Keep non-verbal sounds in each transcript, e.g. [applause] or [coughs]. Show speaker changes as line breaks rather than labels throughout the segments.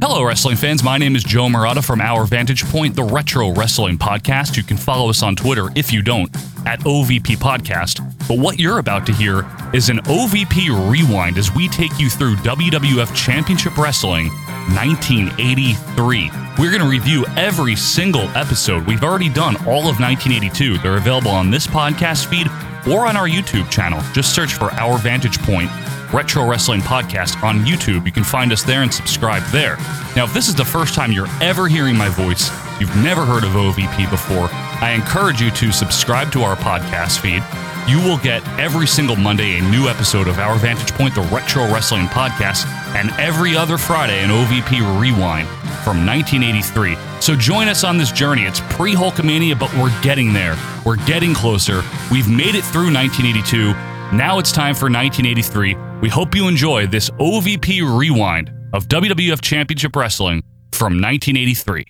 Hello, wrestling fans. My name is Joe Murata from Our Vantage Point, the Retro Wrestling Podcast. You can follow us on Twitter if you don't at OVP Podcast. But what you're about to hear is an OVP rewind as we take you through WWF Championship Wrestling 1983. We're going to review every single episode. We've already done all of 1982. They're available on this podcast feed or on our YouTube channel. Just search for Our Vantage Point. Retro Wrestling Podcast on YouTube. You can find us there and subscribe there. Now, if this is the first time you're ever hearing my voice, you've never heard of OVP before, I encourage you to subscribe to our podcast feed. You will get every single Monday a new episode of Our Vantage Point, the Retro Wrestling Podcast, and every other Friday an OVP Rewind from 1983. So join us on this journey. It's pre Hulkamania, but we're getting there. We're getting closer. We've made it through 1982. Now it's time for 1983. We hope you enjoy this OVP rewind of WWF Championship Wrestling from 1983.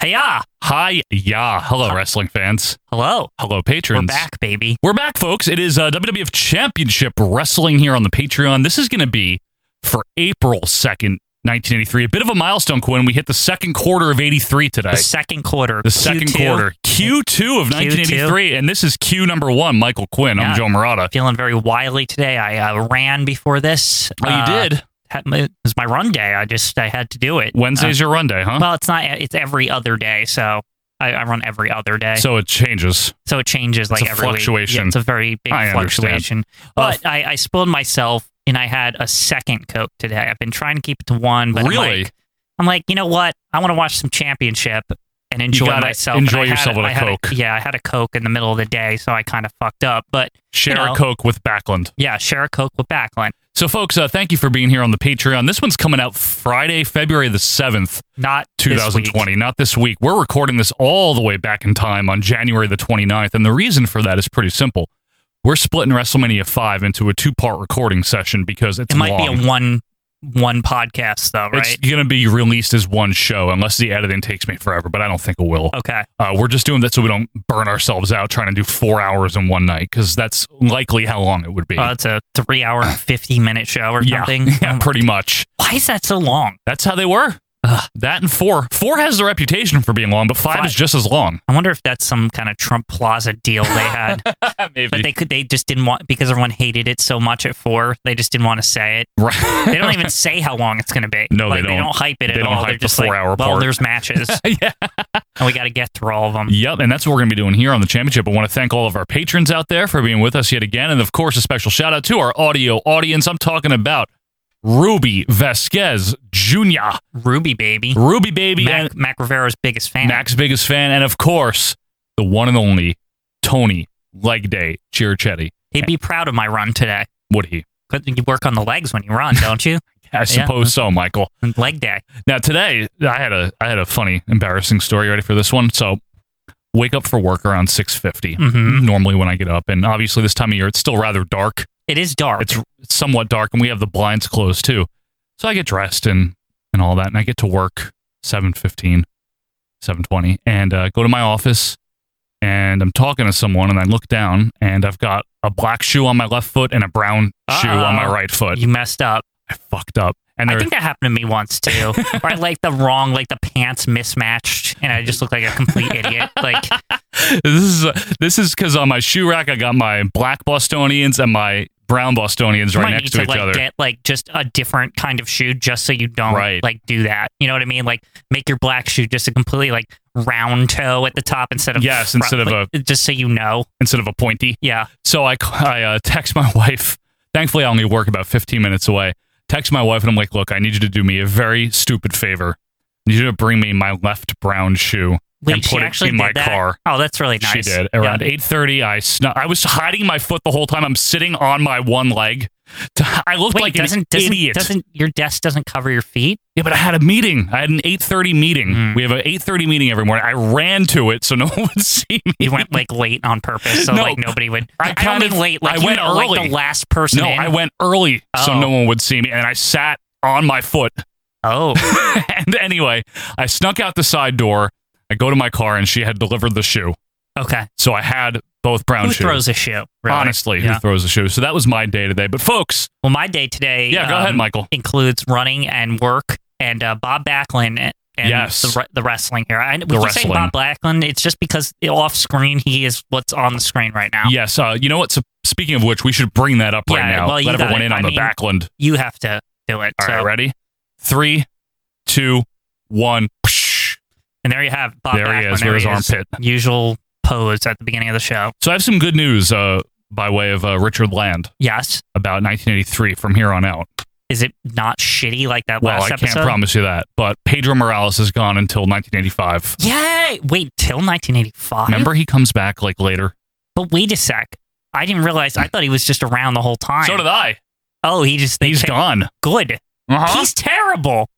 Hey, ah,
Hi, yeah. Hello, wrestling fans.
hello.
Hello, patrons.
We're back, baby.
We're back, folks. It is uh, WWF Championship Wrestling here on the Patreon. This is going to be for April 2nd, 1983. A bit of a milestone, Quinn. We hit the second quarter of 83 today.
The second quarter.
The 2nd
Q2.
quarter. Q2 of 1983. And this is Q number one, Michael Quinn. I'm
Yeah.
Joe Murata.
Feeling very wily today. I uh, ran before this.
Oh, you
Uh,
did?
Had, my- it was my run day. I just I had to do it.
Wednesday's your run day, huh?
Uh, well, it's not. It's every other day, so I, I run every other day. So,
so it changes.
it changes like
a
every week. Yeah,
fluctuation.
it's a very big
I understand.
fluctuation. But I, I spoiled myself, and I had a second Coke today. I've been trying to keep it to one, but I'm
Really?
like- I'm like, you know what? I want to watch some championship and enjoy
gotta
myself.
enjoy
and I had-
yourself with a
I had
Coke.
yeah, I had a Coke in the middle of the day, so I kind of fucked up. But
Share
You know.
a Coke with Backlund.
yeah, share a Coke with Backlund.
So, folks, uh, thank you for being here on the Patreon. This one's coming out Friday, February the 7th,
Not this week.
2020, not this week. We're recording this all the way back in time on January the 29th. And the reason for that is pretty simple. We're splitting WrestleMania 5 into a two part recording session because it's
It might
long.
be a one one podcast though, right?
It's going to be released as one show unless the editing takes me forever, but I don't think it will.
okay.
Uh, we're just doing that so we don't burn ourselves out trying to do four hours in one night because that's likely how long it would be.
Oh, it's a three hour and fifty minute show or
Yeah.
something.
[laughs] yeah, pretty much.
Why is that so long?
That's how they were. That and four. Four has the reputation for being long, but five,
Five.
is just as long.
[laughs] I wonder if that's some kind of Trump Plaza deal they had.
[laughs] Maybe.
but they could they just didn't want because everyone hated it so much at four, they just didn't want to say it. They don't even say how long it's going to be.
No, they
Like, They
don't.
don't hype it
They
at
don't
all.
hype
They're
the
just like,
four-hour
well,
part." [laughs]
there's matches,
[laughs] yeah.
and we got to get through all of them.
Yep, and that's what we're going to be doing here on the championship. I want to thank all of our patrons out there for being with us yet again. And of course, a special shout out to our audio audience. I'm talking about Ruby Vasquez Jr.,
Ruby baby,
Ruby Baby, and
Mac, Mac Rivera's biggest fan.
Mac's biggest fan, and of course, the one and only Tony Leg Day Chirichetti.
He'd be proud of my run today.
Would he?
Couldn't you work on the legs when you run, don't you? [laughs]
I suppose so, Michael.
Leg day.
Now today, I had a I had a funny, embarrassing story ready for this one. So, wake up for work around six
Mhm.
Normally, when I get up, and obviously this time of year, it's still rather dark.
It is dark.
It's it's somewhat dark, and we have the blinds closed too. So I get dressed and and all that, and I get to work seven fifteen, seven twenty, and uh, go to my office. And I'm talking to someone, and I look down, and I've got a black shoe on my left foot and a brown shoe on my
Uh-oh.
right foot.
you messed up.
I fucked up, and
I
there,
think that happened to me
[laughs]
once too. Or I like the wrong, like the pants mismatched, and I just look like a complete idiot. Like
[laughs] this is uh, this is because on my shoe rack I got my black Bostonians and my brown Bostonians
might
right
need
next to, each
like
other.
get like just a different kind of shoe, just so you don't
Right.
like do that. You know what I mean? Like make your black shoe just a completely like round toe at the top instead of
Yes, instead of
a just so you know.
instead of a pointy.
Yeah,
So I, [laughs] ca- I uh, text my [laughs] wife. Thankfully, I only work about 15 minutes away. Text my wife, and I'm like, look, I need you to do me a very stupid favor. I need you to bring me my left brown shoe
Wait,
and
she
put it
actually
in
did
my
that?
car.
Oh, that's really nice.
She did.
Yeah.
Around 8.30, I, snu- I was hiding my foot the whole time. I'm sitting on my one leg. [laughs] I looked
Wait,
like
doesn't,
an
doesn't,
idiot.
doesn't your desk doesn't cover your feet?
Yeah, but I had a meeting. I had an eight thirty meeting.
Mm.
We have an eight thirty meeting every morning. I ran to it so [laughs] no one would see me. [laughs]
You went like late on purpose, so
No,
like nobody would.
I
I,
kind
don't
of-
mean late. Like
I
you
went
know,
early.
like the last person.
No,
in.
I went early so
Oh.
no one would see me, and I sat on my foot.
Oh,
[laughs] and anyway, I snuck out the side door. I go to my car, and she had delivered the shoe, [laughs]
okay.
so I had both brown
Who
shoes.
throws a shoe? Really?
Honestly,
Yeah.
who throws the shoe? So that was my day today. But folks,
Well, my day today.
yeah, go ahead,
um,
Michael.
includes running and work and uh, Bob Backlund and
Yes.
the, re- the wrestling here. I, we
The
keep saying
wrestling.
Bob Backlund. It's just because off screen he is what's on the screen right now.
Yes. Uh, you know what? So, speaking of which, we should bring that up right
Yeah,
now.
well, you
Let
got
everyone
it.
in on
I
the
mean-
backland.
You have to do it.
All right,
so,
ready? Three, two, one. Psh.
And there you have Bob
There he
Backlund.
is with his armpit.
Usual pose at the beginning of the show.
So I have some good news uh, by way of uh, Richard Land
Yes.
about 1983 from here on out.
Is it not shitty like that
Well,
last
I can't
episode?
promise you that, but Pedro Morales is gone until 1985.
Yay! Wait till 1985.
Remember, he comes back like later.
But wait a sec. I didn't realize. I thought he was just around the whole time.
So did I.
Oh, he just they
He's
picked
gone.
good.
Uh-huh.
He's terrible.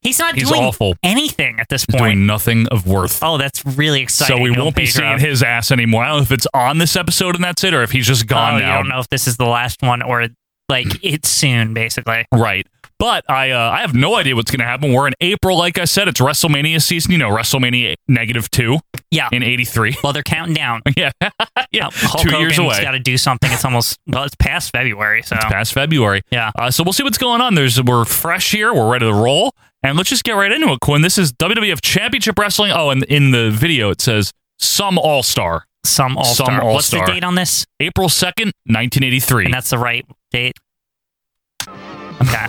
He's not
He's
doing
awful.
anything at this
He's
point.
doing nothing of worth.
oh, that's really exciting.
so we
Del
won't be
Pedro.
seeing his ass anymore. I don't know if it's on this episode and that's it, or if he's just gone
oh,
now.
I don't know if this is the last one or like
[clears throat]
it's soon, basically.
Right. But I uh, I have no idea what's going to happen. We're in April, like I said. It's WrestleMania season. You know, WrestleMania negative two
Yeah.
in '83.
Well, they're counting down.
[laughs] yeah, yeah,
Uh, Hulk
two years
Hogan's
away.
Got to do something. It's almost well, it's past February, so
It's past February.
yeah.
Uh, so we'll see what's going on. There's we're fresh here. We're ready to roll, and let's just get right into it, Quinn. This is WWF Championship Wrestling. Oh, and in the video it says some All Star,
Some all
Some
star. What's the
All-Star.
date on this?
April second, nineteen eighty three.
And that's the right date. Okay.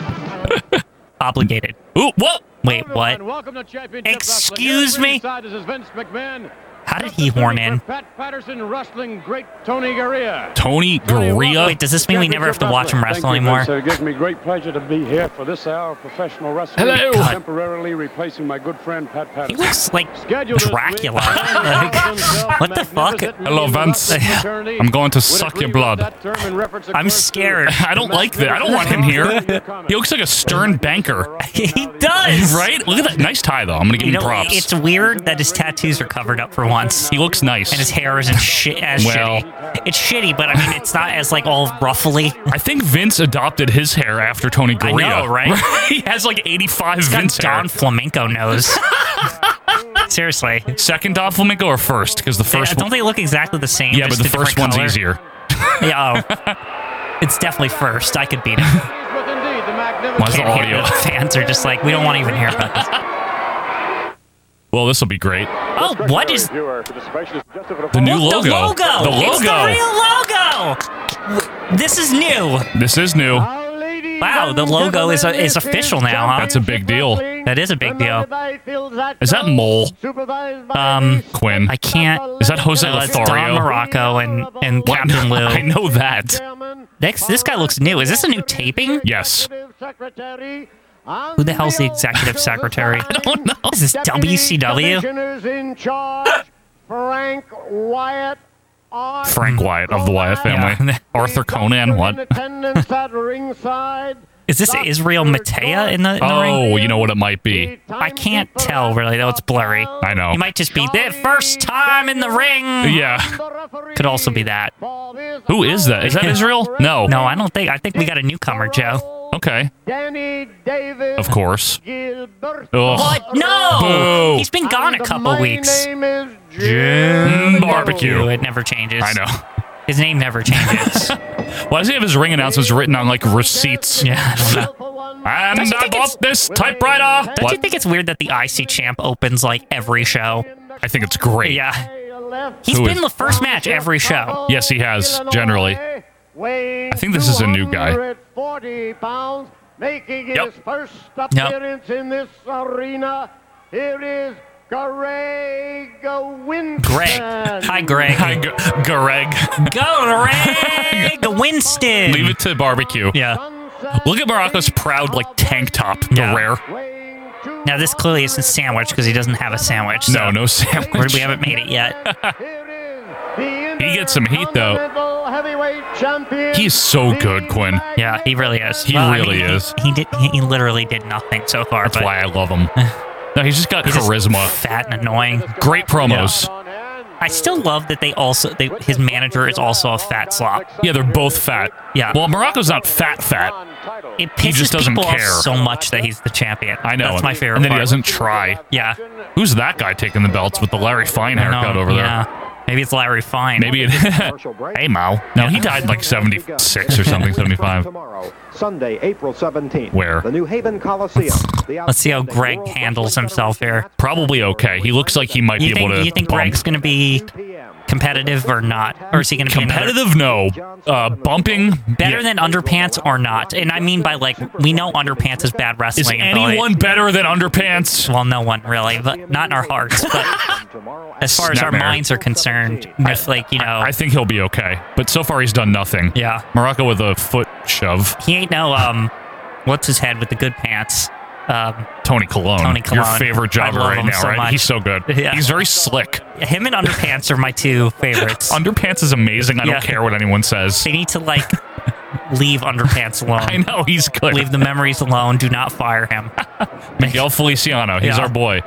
[laughs]
Obligated.
Ooh, what?
Wait, what?
Welcome to Championship
Excuse
Wrestling.
me?
Ringside, This is Vince McMahon.
How did he horn in?
Pat Patterson, wrestling great Tony Garea.
Tony Garea.
Wait, does this mean we never have to watch him wrestle
Thank you,
anymore?
Vince. It gives me great pleasure to be here for this hour of professional wrestling.
Hello.
God. Temporarily replacing my good friend Pat
He
Patterson.
looks like
Scheduled this
Dracula. [laughs]
week,
Like,
Magnificent
what the fuck?
Hello, Vince.
Fraternity
I'm going to
would
suck
agree
your
with
blood.
that term in reference, of
I'm
course, to
scared.
[laughs] [laughs] I don't like that. I don't want him here. He looks like a stern banker.
[laughs] he does.
Right? Look at that nice tie, though. I'm gonna give
You
him
know,
props.
it's weird that his tattoos are covered up for once.
he looks nice.
and his hair isn't shit as
Well.
shitty. It's shitty, but I mean, it's not as like all ruffly.
I think Vince adopted his hair after Tony
I
Garea.
know, right?
[laughs] he has like 85
It's got
Vince hair.
Don
[laughs]
Flamenco nose. Seriously,
Second Don Flamenco or first? Because the first
don't
one.
they look exactly the same?
yeah, but
just
the
a different
first one's
color?
easier.
Yeah,
[laughs]
oh. it's definitely first. I could beat him.
with indeed the magnificent-
Why's the
Can't hear
audio?
it. fans are just like, we don't want to even hear about this.
Well, this will be great.
Oh, [laughs] what is the
The new
logo? The
logo.
logo.
The
It's the
logo.
real logo. W- This is new.
This is new.
Now, ladies
Wow, the
and
logo is- uh,
gentlemen,
is
this
official now, huh?
That's a big deal.
That is a big deal.
Is that Mole?
Um,
Um,
Quinn.
I can't.
Is that Jose
Uh, it's
Lothario?
Don Morocco and and
What? [laughs]
Captain
I
Lou.
know that.
This this guy looks new. Is this a new taping?
Yes.
Who
Who the hell's the
[laughs]
[laughs]
executive secretary?
I don't know.
Is this WCW?
in charge, Frank Wyatt. Arthur
Frank Wyatt of the Wyatt family.
Mm. [laughs] Yeah.
Arthur Conan, what? [laughs]
Is this Israel Matea in the, in the ring?
Oh, you know what it might be.
I can't tell really though. It's blurry.
I know.
He might just be the first time in the ring.
Yeah.
Could also be that.
Who is that? Is that Israel? No.
No, I don't think. I think we got a newcomer, Joe.
Okay.
Danny Davis.
Of course.
Gilbert.
Ugh.
What? No.
Boo.
He's been gone a
And
couple
my
weeks.
name is
Jim
Jim
Barbecue.
Ew, It never changes.
I know.
His name
[laughs]
never changes.
Why does he have his ring announcements written on like receipts?
Yeah, I don't know.
And
Don't you
I
think
bought
it's-
this typewriter.
Don't you think it's weird that the IC champ opens like every show?
I think it's great.
Yeah.
He's
He's
Who
been
is-
the first match every show.
Yes, he has, generally.
I
think this is a new guy.
Pounds, making
Yep.
his first appearance in this arena. Here is Greg Winston.
Greg. Hi, Greg.
Hi, [laughs] G- Greg.
Go, Greg Winston.
Leave it to barbecue.
Yeah.
Look at Morocco's proud like tank top. The
Yeah.
rare.
Now this clearly isn't sandwich because he doesn't have a sandwich.
No,
so-
no sandwich.
Or we haven't made it
[laughs]
yet.
He
he
gets some heat, though.
He's so good, Quinn.
Yeah, he really is.
He
I
really
mean, he-
is.
He, did. He, he literally did nothing so far.
That's
but
why I love
[laughs]
him. No, he's just got
he's just
charisma.
fat and annoying.
Great promos.
I still love that they also they, his manager is also a fat slob.
Yeah, they're both fat.
Yeah.
Well, Morocco's not fat fat.
It pisses
He just doesn't
people
care.
off so much that he's the champion.
I know.
That's my favorite.
And then he
part.
doesn't try.
Yeah.
Who's that guy taking the belts with the Larry Fine
I know,
haircut over there?
Yeah. Maybe it's Larry Fine.
Maybe it. [laughs]
Hey, Mo.
no, he died like 76 or something, 75.
Tomorrow, Sunday, April 17th.
Where?
The New Haven Coliseum. The
Let's see how
outstanding
Greg
World
handles
Wrestling
himself
Federation
here.
match
Probably okay. He looks like he might
You
be able
think-
to.
you think
bump.
Greg's gonna be
10 p.m.
competitive or not? Or is he going to be another-
competitive? No. Uh, bumping
better
Yeah.
than underpants or not? And I mean by like we know underpants is bad
Is
wrestling. but, like-
anyone better than underpants?
well, no one really, but not in our hearts.
[laughs]
But
Tomorrow
as far as our
Snapmare.
minds are concerned, with like you know,
I think he'll be okay. But so far, he's done nothing.
yeah,
Morocco with a foot shove.
he ain't no um, what's his head with the good pants? Um,
Tony Colon.
Tony
Your
Colon.
favorite
I
jobber
love
right
him
now,
so
right?
much.
He's so good.
Yeah.
He's very slick.
him and underpants are
[laughs]
my two favorites.
Underpants is amazing. I
Yeah.
don't care what anyone says.
they need to like leave underpants alone.
[laughs] I know he's good.
Leave the memories alone. Do not
[laughs]
fire him.
Miguel Feliciano. He's
Yeah.
our boy.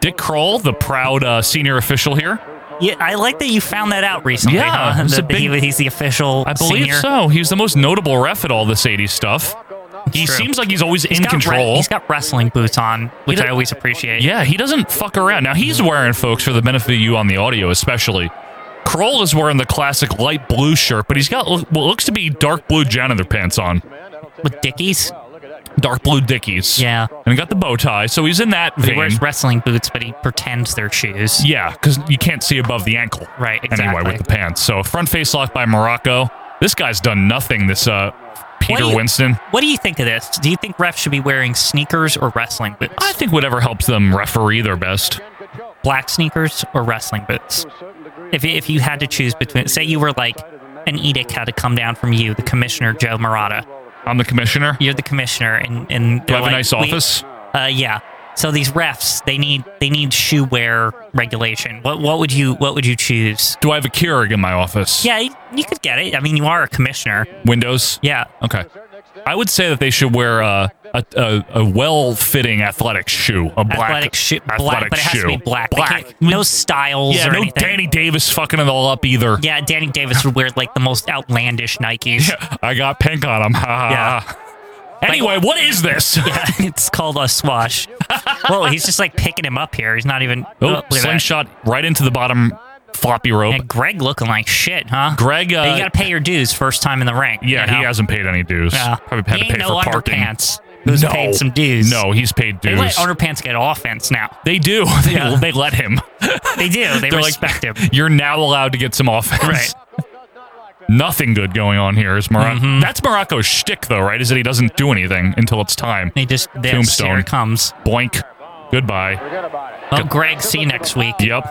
Dick Kroll, the proud uh, senior official here.
Yeah, I like that you found that out recently.
Yeah,
huh?
it's a
That he-
big-
he's the official.
I believe
senior.
so. He's the most notable ref at all this 80s stuff. He
True.
seems like he's always
He's
in
got re-
control.
he's got wrestling boots on, which
does-
I always appreciate.
Yeah, he doesn't fuck around. Now he's wearing, folks, for the benefit of you on the audio, especially. Kroll is wearing the classic light blue shirt, but he's got lo- what looks to be dark blue janitor pants on,
With Dickies.
dark blue dickies.
Yeah.
and he got the bow tie, so he's in that
He
vein.
wears wrestling boots, but he pretends they're shoes.
yeah, because you can't see above the ankle,
Right,
Anyway,
exactly.
with the pants. So front face lock by Morocco. This guy's done nothing. This uh,
What
Peter
do you-
Winston.
What do you think of this? Do you think refs should be wearing sneakers or wrestling boots?
I think whatever helps them referee their best.
Black sneakers or wrestling boots? If, you- if you had to choose between, say you were like an edict had to come down from you, the commissioner Joe Murata.
I'm the commissioner.
You're the commissioner, and and
Do I have
they're
a
like,
nice
"We-
office?
Uh, yeah. So these refs, they need they need shoe wear regulation. What what would you what would you choose?
Do I have a Keurig in my office?
Yeah, you, you could get it. I mean, you are a commissioner.
Windows.
Yeah,
Okay. I would say that they should wear a a, a, a well fitting athletic shoe, a black
athletic shoe, black,
athletic
but it has
shoe.
to be black. They
Black.
can't- No styles
Yeah,
or
no
anything.
Danny Davis fucking it all up either.
yeah, Danny Davis would wear like the most outlandish Nikes. [laughs]
[laughs] I got pink on him.
Yeah.
Anyway, what is
[laughs]
this?
it's called a swash. [laughs] Whoa, he's just like picking him up here. He's not even.
Oh,
look at that.
slingshot right into the bottom floppy rope.
And Greg looking like shit, huh?
Greg, uh,
But you got to pay your dues first time in the ring.
yeah,
you know?
he hasn't paid any dues.
Yeah.
Probably had
He
to pay
ain't no
for parking.
underpants. Who's
no.
paid some dues?
No, he's paid
They
dues.
let
[laughs]
underpants get offense now.
They do. They,
[laughs] Yeah.
they let him.
They do. They
They're like, [laughs]
respect him.
You're now allowed to get some offense.
Right.
Nothing good going on here is Morocco.
Mm-hmm.
That's Morocco's shtick, though, right? Is that he doesn't do anything until it's time.
They just this,
Tombstone.
Here it comes.
Boink. Goodbye.
Forget about it.
Oh, Greg, see you next week.
Yep.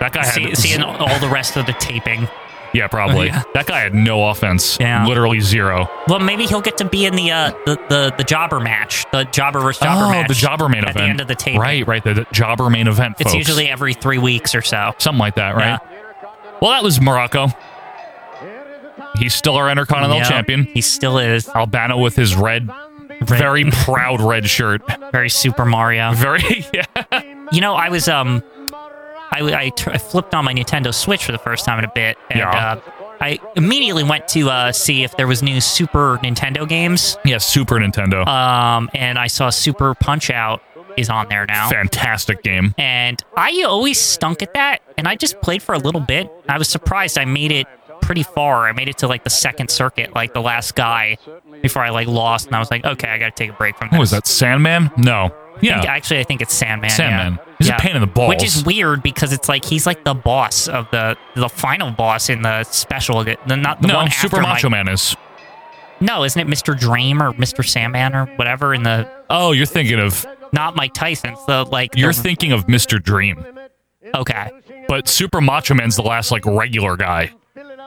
That guy
See,
had [laughs]
seeing all the rest of the taping.
yeah, probably.
[laughs] Yeah.
That guy had no offense.
Yeah.
Literally zero.
Well, maybe he'll get to be in the uh, the, the the jobber match, the jobber versus jobber
oh,
match.
the jobber main
at
event.
the end of the taping.
Right, right. The, the jobber main event.
It's
folks.
usually every three weeks or so.
something like that, right?
Yeah.
Well, that was Morocco. He's still our Intercontinental
Yeah.
champion.
He still is
Albano with his red, very proud red shirt. [laughs]
very Super Mario.
Very, yeah.
You know, I was um, I I, tur- I flipped on my Nintendo Switch for the first time in a bit, and
Yeah.
uh, I immediately went to uh, see if there was new Super Nintendo games.
Yeah, Super Nintendo.
Um, and I saw Super Punch Out is on there now.
Fantastic game.
And I always stunk at that, and I just played for a little bit. I was surprised I made it pretty far. I made it to like the second circuit, like the last guy, before I like lost, and I was like, okay, I gotta take a break from this.
What was that? Sandman? No.
I think-
Yeah.
actually, I think it's Sandman.
Sandman.
Yeah.
He's a
Yeah.
pain in the balls.
Which is weird because it's like he's like the boss of the the final boss in the special. The, not the
no,
one
Super
after
Macho
Mike-
Man is.
No, isn't it Mr. Dream or Mr. Sandman or whatever in the
Oh, you're thinking of
not Mike Tyson's the like
you're
the,
thinking of Mr. Dream,
okay
but Super Macho Man's the last like regular guy,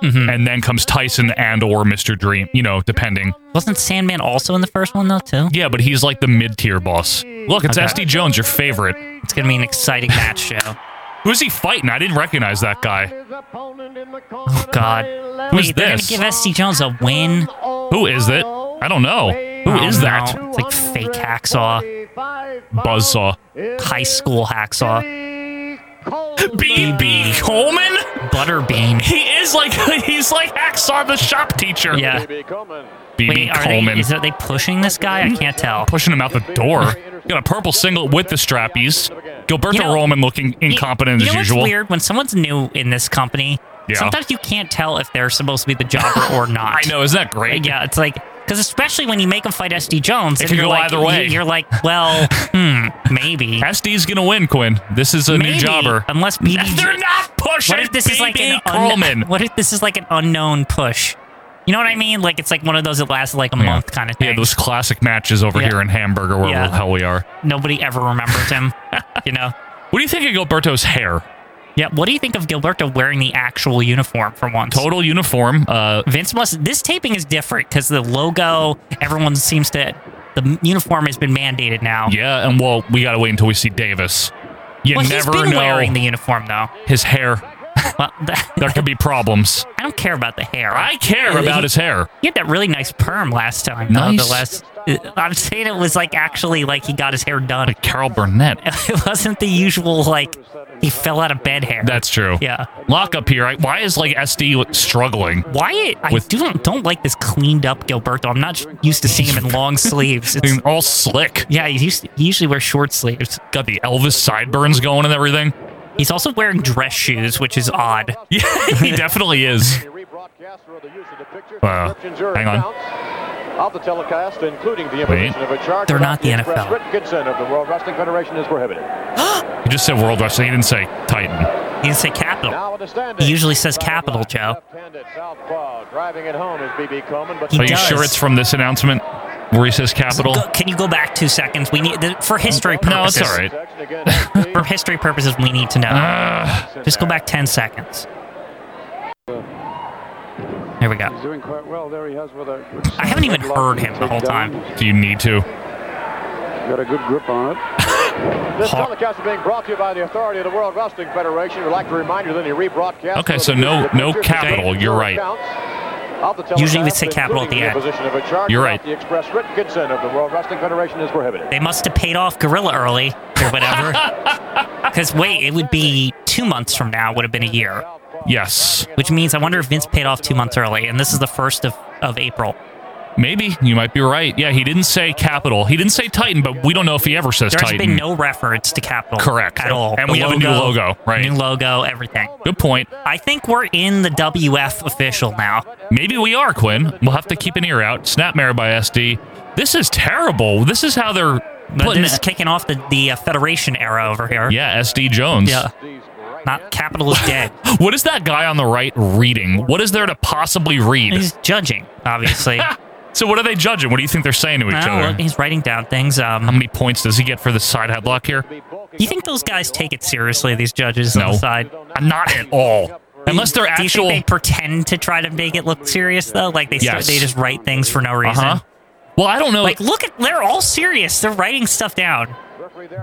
Mm-hmm.
Mhm.
and then comes Tyson and or Mr. Dream. You know, depending.
wasn't Sandman also in the first one though too?
Yeah, but he's like the mid tier boss. Look, it's
Okay.
SD Jones, your favorite.
It's gonna be an exciting match show.
Who's he fighting? I didn't recognize that guy.
Oh God,
Who's
Wait, they're
this?
gonna give SC Jones a win.
Who is it? I don't know. Who
Oh,
is
no.
that?
It's like fake hacksaw,
Buzzsaw.
high school hacksaw,
BB Coleman?
Butterbean.
He is like [laughs] he's like Hacksaw the shop teacher.
Yeah.
Be coming.
BB
Wait, are they,
Coleman
is, are they pushing this guy? I can't tell. [laughs]
pushing him out the door. Got a purple singlet with the strappies. Gilberto
You know-
Roman looking incompetent
you know
as
what's
usual.
weird when someone's new in this company.
Yeah.
Sometimes you can't tell if they're supposed to be the jobber
[laughs]
or not.
I know, isn't that great?
Yeah, it's like because especially when you make them fight SD Jones,
It
and
can
you're
go
like,
either way.
you- You're like,
[laughs]
well, hmm, maybe.
SD's gonna win, Quinn. This is a
Maybe,
new jobber.
unless BB
they're not pushing.
What if this is like
BB
an
Crawlman.
un- What if this is like an unknown push? You know what I mean? Like it's like one of those that lasted like a
Yeah.
month kind of thing.
Yeah, those classic matches over
Yeah.
here in Hamburg or where
Yeah.
the hell we are.
Nobody ever
[laughs]
remembers him. you know?
What do you think of Gilberto's hair?
Yeah. What do you think of Gilberto wearing the actual uniform for once?
Total uniform. Uh,
Vince must. This taping is different because the logo, everyone seems to. The uniform has been mandated now.
yeah, and well, we gotta wait until we see Davis. You
well,
never
he's been
know
wearing the uniform though.
his hair.
Well, that,
There could be problems.
I don't care about the hair.
I care about his hair.
He had that really nice perm last time. though,
Nice.
The last, uh, I'm saying it was like actually like he got his hair done.
Like Carol Burnett.
[laughs] It wasn't the usual like he fell out of bed hair.
That's true.
yeah.
Lock up here. I, why is like SD struggling?
Wyatt, I
With-
don't don't like this cleaned up Gilberto. I'm not used to seeing
[laughs]
him in long sleeves. It's,
Being all slick.
yeah, he, used he usually wears short sleeves.
Got the Elvis sideburns going and everything.
He's also wearing dress shoes, which is odd.
[laughs]
[laughs]
Yeah, he definitely is. Wow. Hang on.
Of the telecast, including the imposition of a charge.
They're not the
about express
NFL.
Written consent of the World Wrestling Federation is prohibited.
Oh.
He just said World Wrestling. He didn't say Titan.
He didn't say capital.
Now with the standing.
He usually says capital, Joe.
Left-handed southpaw driving it home is BB Coleman, but
He
Are you
does.
sure it's from this announcement where he says capital?
Go- can you go back two seconds? We need th- for history
No, it's
purposes.
all right.
Section again, SG.
For history purposes, we need to know.
Ah,
[laughs] Just go back ten seconds. There we go.
He's doing quite well. There he has with a.
I
[laughs]
haven't even heard him the whole time.
do you need to?
Got a good grip on it.
[coughs] This
Hawk.
telecast is being brought to you by the authority of the World Wrestling Federation. We'd like to remind you that any rebroadcast.
Okay,
will
so
be
no-
the
no
pictures of
capital,
the
you're right.
accounts of the
Usually we
telecast,
say capital at
including
the end.
imposition of a charge
You're
without
right.
The express written consent of the World Wrestling Federation is prohibited.
They must have paid off Gorilla early or
[laughs]
whatever. Because wait, it would be two months from now. Would have been a year,
Yes.
which means I wonder if Vince paid off two months early, and this is the first of of April.
Maybe. You might be right. Yeah, he didn't say capital. He didn't say Titan, but we don't know if he ever says
There has
Titan.
been no reference to Capital,
Correct.
at all.
And
The
we have a new logo, right.
New logo, everything.
Good point.
I think we're in the WF official now.
Maybe we are, Quinn. We'll have to keep an ear out. Snapmare by SD. This is terrible. This is how they're
But
putting
this is kicking off the the uh, Federation era over here.
Yeah, SD Jones.
Yeah. Not Capital is
[laughs]
dead.
What is that guy on the right reading? What is there to possibly read?
He's judging, obviously.
[laughs] So what are they judging? What do you think they're saying to each
Oh,
other?
look, he's writing down things.
How
Um,
many points does he get for the side headlock here?
you think those guys take it seriously? These judges on
No.
the side.
Not at all. Unless they're
Do you
actual.
think they pretend to try to make it look serious though? Like they start,
Yes.
they just write things for no
Uh
reason.
huh. Well, I don't know.
Like look at they're all serious. They're writing stuff down.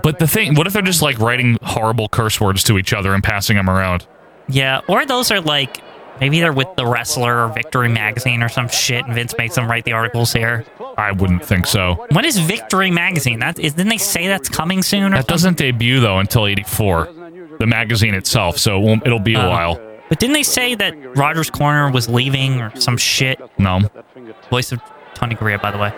but the thing, what if they're just like writing horrible curse words to each other and passing them around?
Yeah, or those are like maybe they're with the wrestler or Victory magazine or some shit, and Vince makes them write the articles here.
I wouldn't think so.
When is Victory magazine? That is, didn't they say that's coming soon? Or
That doesn't debut though until '84, the magazine itself. So it won't, it'll be a
Uh,
while.
But didn't they say that Rogers Corner was leaving or some shit?
No.
That fingertip.
Voice of Tony Garea, by the way.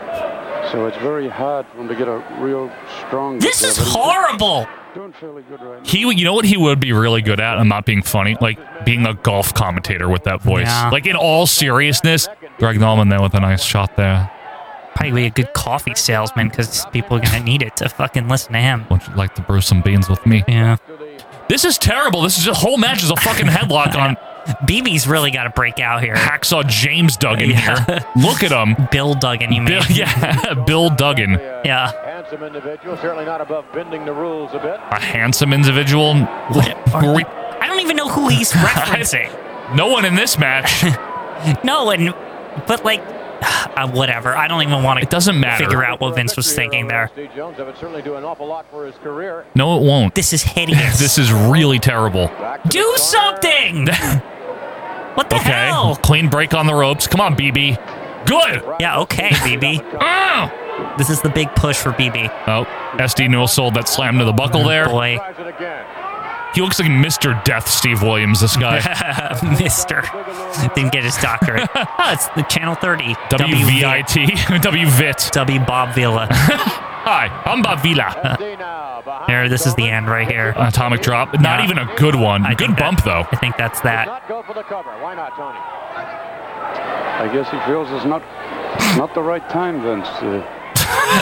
So it's very hard for him to get a real strong.
This
grip
is
of it.
horrible.
Doing fairly good right now.
He, you know what he would be really good at? I'm not being funny. Like being a golf commentator with that voice.
Yeah.
Like in all seriousness, Greg Norman there with a nice shot there.
Probably be a good coffee salesman because people are gonna need it to fucking listen to him.
Would you like to brew some beans with me?
Yeah,
This is terrible. This is a whole match is a fucking headlock
[laughs]
on
BB's really got to break out here. [laughs]
hacksaw James Duggan
Yeah.
here. Look at him.
Bill Duggan, you mean?
Bill, [laughs] yeah, Bill Duggan,
Yeah.
Handsome individual, certainly not above bending the rules a bit.
a handsome individual.
Or- I don't even know who [laughs] he's referencing.
No one in this
[laughs]
match.
No, and but like, [sighs] uh, whatever. I don't even want to.
It doesn't matter.
Figure out what Vince was thinking there.
Steve Jones, that would certainly do an awful lot for his career.
No, it won't.
[laughs] This is hideous.
This is really terrible.
Back to the
Do
corner.
[laughs] something. what the
Okay,
hell?
clean break on the ropes. Come on, BB. Good.
Yeah. Okay, BB.
Ah!
[laughs] This is the big push for BB.
Oh, SD Newell sold that slam to the buckle
Oh,
there.
Boy,
Tries it again.
He looks like Mr. Death Steve Williams, this
[laughs]
guy.
Mister didn't get his
[laughs]
doctorate. oh, it's the Channel 30.
WVIT, WVIT.
W Bob Villa.
Hi, I'm Bob Vila.
[laughs] There, this is the end right here.
Atomic drop. Not
Yeah.
even a good one.
I
good
think
bump,
that-
though.
I think that's that.
Not go for the cover. Why not, Tony?
I guess he feels it's not not the right time, Vince. Uh,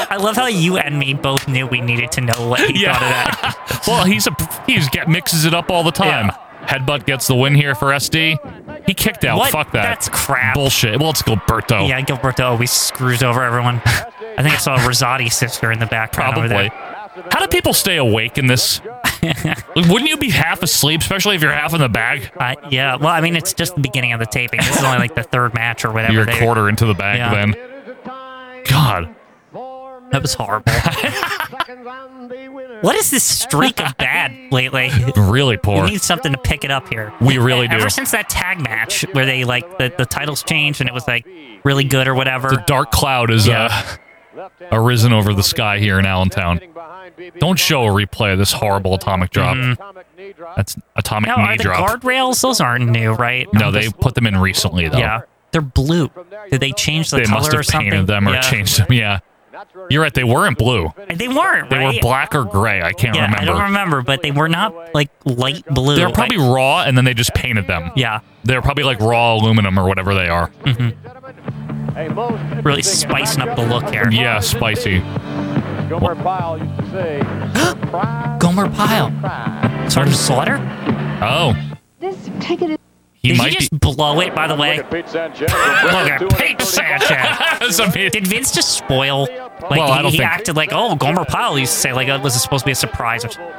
I love how you and me both knew we needed to know what
[laughs]
he
Yeah.
thought of that.
well, he's a he's get mixes it up all the time. Headbutt gets the win here for SD. He kicked out.
What?
Fuck that.
That's crap.
Bullshit. Well, it's Gilberto.
Yeah, Gilberto always screws over everyone. I think I saw a Rosati sister in the background over
probably.
there.
How do people stay awake in
[laughs]
this? Like, Wouldn't you be half asleep, especially if you're half in the bag?
Uh, yeah, well, I mean, it's just the beginning of the taping. This is only like the third match or whatever.
You're
they-
a quarter into the bag
Yeah.
then.
There is a time.
God.
Four
That was
minutes,
[laughs]
horrible.
seconds on the winner.
What is this streak of bad
[laughs]
lately?
Really
We
poor.
need something to pick it up here.
We really do.
Ever since that tag match where they like the, the titles changed and it was like really good or whatever.
The dark cloud is
Yeah.
uh, [laughs] arisen over the sky here in Allentown.
Sitting behind BB.
Don't show a replay of this horrible atomic drop.
Atomic knee drop.
That's atomic
now,
knee
Mm-hmm. are the
drop.
guardrails? Those aren't new, right?
no,
I'm
they
just-
put them in recently though.
Yeah. They're blue. Did they change the
they
color
must
or
have
something?
painted them or
Yeah.
changed them. Yeah,
That's where
you're right. They weren't blue.
They weren't.
They were
right?
black or gray. I can't
Yeah,
remember.
I don't remember, but they were not like light blue.
They were probably
Like-
raw, and then they just painted them.
yeah,
They're probably like raw aluminum or whatever they are.
Mm-hmm.
a most
really
interesting
spicing up the look here.
Yeah, spicy.
Gomer Pyle used to
[gasps]
say, surprise,
Gomer Pyle.
surprise.
Sergeant Slaughter?
Oh,
This ticket is
he
Did
might
you just
be. [laughs]
blow it, by the way?
Look at Pete Sanchez.
[laughs] Look at Pete Sanchez.
That's amazing.
Did Vince just spoil? Like,
Well, I
he,
don't
he
think-
acted like, oh, Gomer Pyle used to say, like, oh, was it supposed to be a surprise? Or something?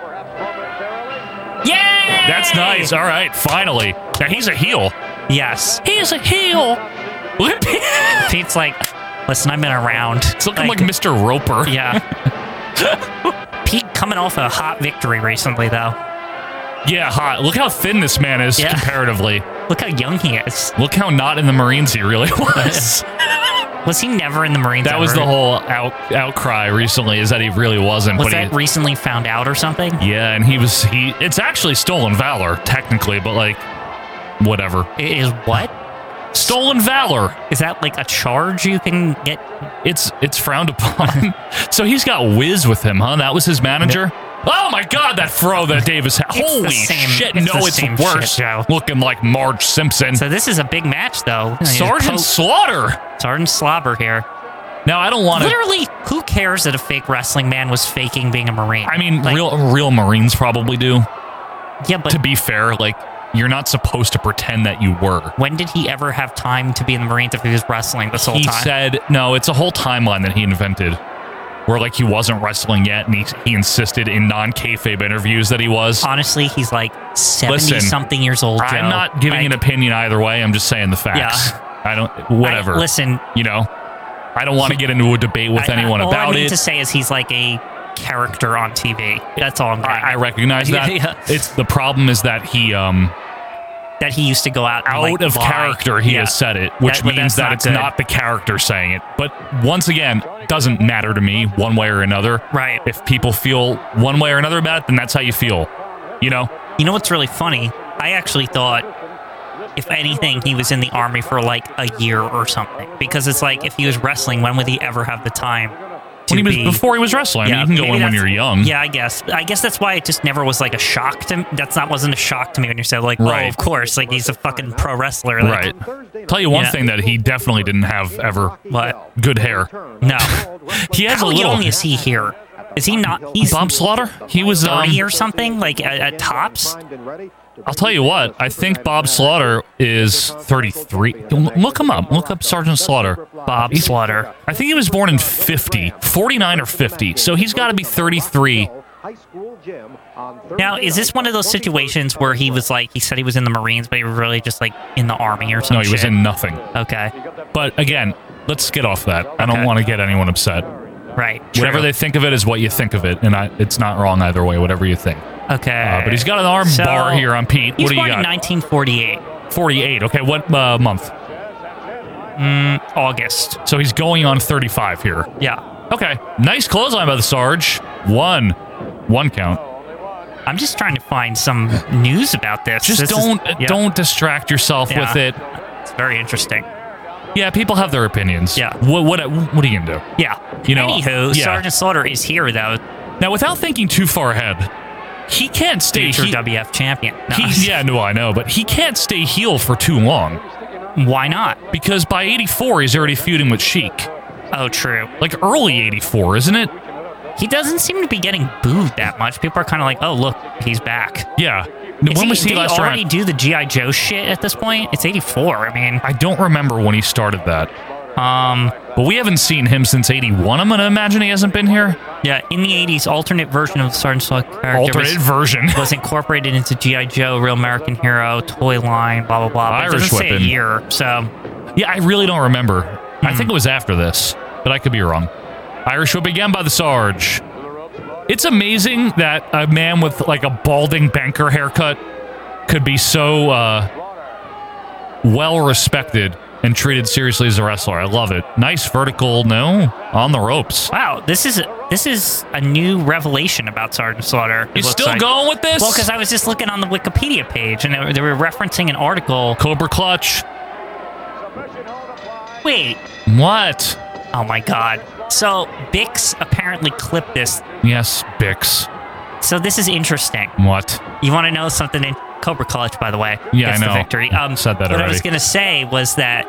Yeah!
That's nice. All right, finally. Now he's a heel.
Yes.
He's a heel. Look at [laughs] Pete.
Pete's like, listen, I've been around.
It's looking like, Mr. Roper. [laughs]
Yeah. Pete coming off a hot victory recently, though.
Yeah, hot. Look how thin this man is
Yeah.
comparatively.
Look how young he is.
Look how not in the Marines he really [laughs] was.
Was he never in the Marines?
That was
ever?
the whole out, outcry recently is that he really wasn't.
Was
but
that
he,
recently found out or something?
yeah, and he was he. It's actually stolen valor technically, but like whatever.
It Is what?
Stolen valor.
Is that like a charge you can get?
It's it's frowned upon. [laughs] so he's got Wiz with him, huh? That was his manager. Oh my God, that throw that Davis had.
It's the
Holy
same-
shit!
it's
no,
the
it's
same
worse.
shit, Joe.
Looking like Marge Simpson.
So this is a big match, though.
Sergeant
Po-
Slaughter.
Sergeant Slobber here.
Now I don't want to.
Literally, who cares that a fake wrestling man was faking being a Marine?
I mean,
Like,
real real Marines probably do.
Yeah, but
to be fair, like you're not supposed to pretend that you were.
when did he ever have time to be in the Marines if he was wrestling this whole
he
time?
said no it's a whole timeline that he invented where like he wasn't wrestling yet and he, he insisted in non-kayfabe interviews that he was
Honestly, he's like seventy
Listen,
something years old. Joe.
i'm not giving
Like,
an opinion either way i'm just saying the facts i don't whatever
I- listen,
you know i don't want to get into a debate with
I- I-
anyone
all
about
I mean
it
to say is he's like a character on TV. That's all I'm getting.
I, I
at.
recognize that
[laughs] Yeah.
it's the problem is that he um
that he used to go out and,
out
like,
of
lie.
character he
Yeah.
has said it which
That- but
means
that's
that
not
it's
good.
not the character saying it but once again doesn't matter to me one way or another
Right.
if people feel one way or another about it then that's how you feel you know
You know what's really funny? I actually thought, if anything, he was in the army for like a year or something. Because it's like, if he was wrestling, when would he ever have the time to
when he was
be?
before he was wrestling I mean, you can go
maybe
in when
that's-
you're young
Yeah, I guess. I guess that's why it just never was like a shock to. That's not wasn't a shock to me when you said like,
Right.
oh, of course, like he's a fucking pro wrestler. Like,
right
Thursday night.
tell you one
Yeah.
thing that he definitely didn't have ever
What?
good hair
No.
he has
How
a little
young is he here? Is he not? He's
Bob Slaughter? He was, um,
thirty or something, like at, at tops.
I'll tell you what. I think Bob Slaughter is 33. Look him up. Look up Sergeant Slaughter.
Bob
He's-
Slaughter.
I think he was born in 50, 49 or 50. So he's got to be 33.
Now, is this one of those situations where he was like, he said he was in the Marines, but he was really just like in the Army or something?
No, he was in nothing.
Okay,
But again, let's get off that. I don't
Okay.
want to get anyone upset.
right.
Whatever
true.
they think of it is what you think of it, and I, it's not wrong either way. Whatever you think.
Okay.
Uh, but he's got an arm
So,
bar here on Pete.
He's
What do you
born in
got?
1948,
48. Okay, what uh, month?
Mm, August.
So he's going on 35 here.
Yeah.
Okay, nice clothesline by the Sarge. One, one count.
I'm just trying to find some news about this.
Just
This is-
don't
yeah,
don't distract yourself
Yeah.
with it.
It's very interesting.
Yeah, people have their opinions.
Yeah.
What what what are you gonna do?
Yeah.
You know,
Anywho,
yeah.
Sergeant Slaughter is here though,
Now, without thinking too far ahead, he can't stay.
future
He,
WF champion. No. [laughs]
he- yeah, no, I know, but he can't stay heel for too long
Why not?
because by '84 he's already feuding with Sheik,
Oh, true.
like early '84, isn't it?
He doesn't seem to be getting booed that much. People are kind of like, oh, look, he's back.
Yeah. No,
Is
when was he
did
last
already
around?
do the G.I. Joe shit at this point? It's 84. I mean,
I don't remember when he started that,
um,
but we haven't seen him since '81. I'm gonna imagine he hasn't been here.
yeah, in the 80s, alternate version of the Sergeant Slaughter character
Alternate
was, [laughs]
version.
was incorporated into G.I. Joe, Real American Hero, Toy Line, blah, blah, blah. But it
Irish
doesn't
Whipping.
say a year, so
Yeah, I really don't remember. I think it was after this, but I could be wrong. Irish Whip again by the Sarge. It's amazing that a man with like a balding banker haircut could be so uh, well respected and treated seriously as a wrestler. I love it. Nice vertical, no? On the ropes.
wow, this is this is a new revelation about Sergeant Slaughter. it
You
looks
still
like.
going with this?
Well, because I was just looking on the Wikipedia page and they were- they were referencing an article.
Cobra Clutch.
Wait,
What?
Oh my god. So Bix apparently clipped this.
Yes, Bix.
So this is interesting.
What?
You want to know something in Cobra Clutch, by the way?
Yeah, I
gets
know.
The victory. Um,
Said that
what I was
already.
gonna say was that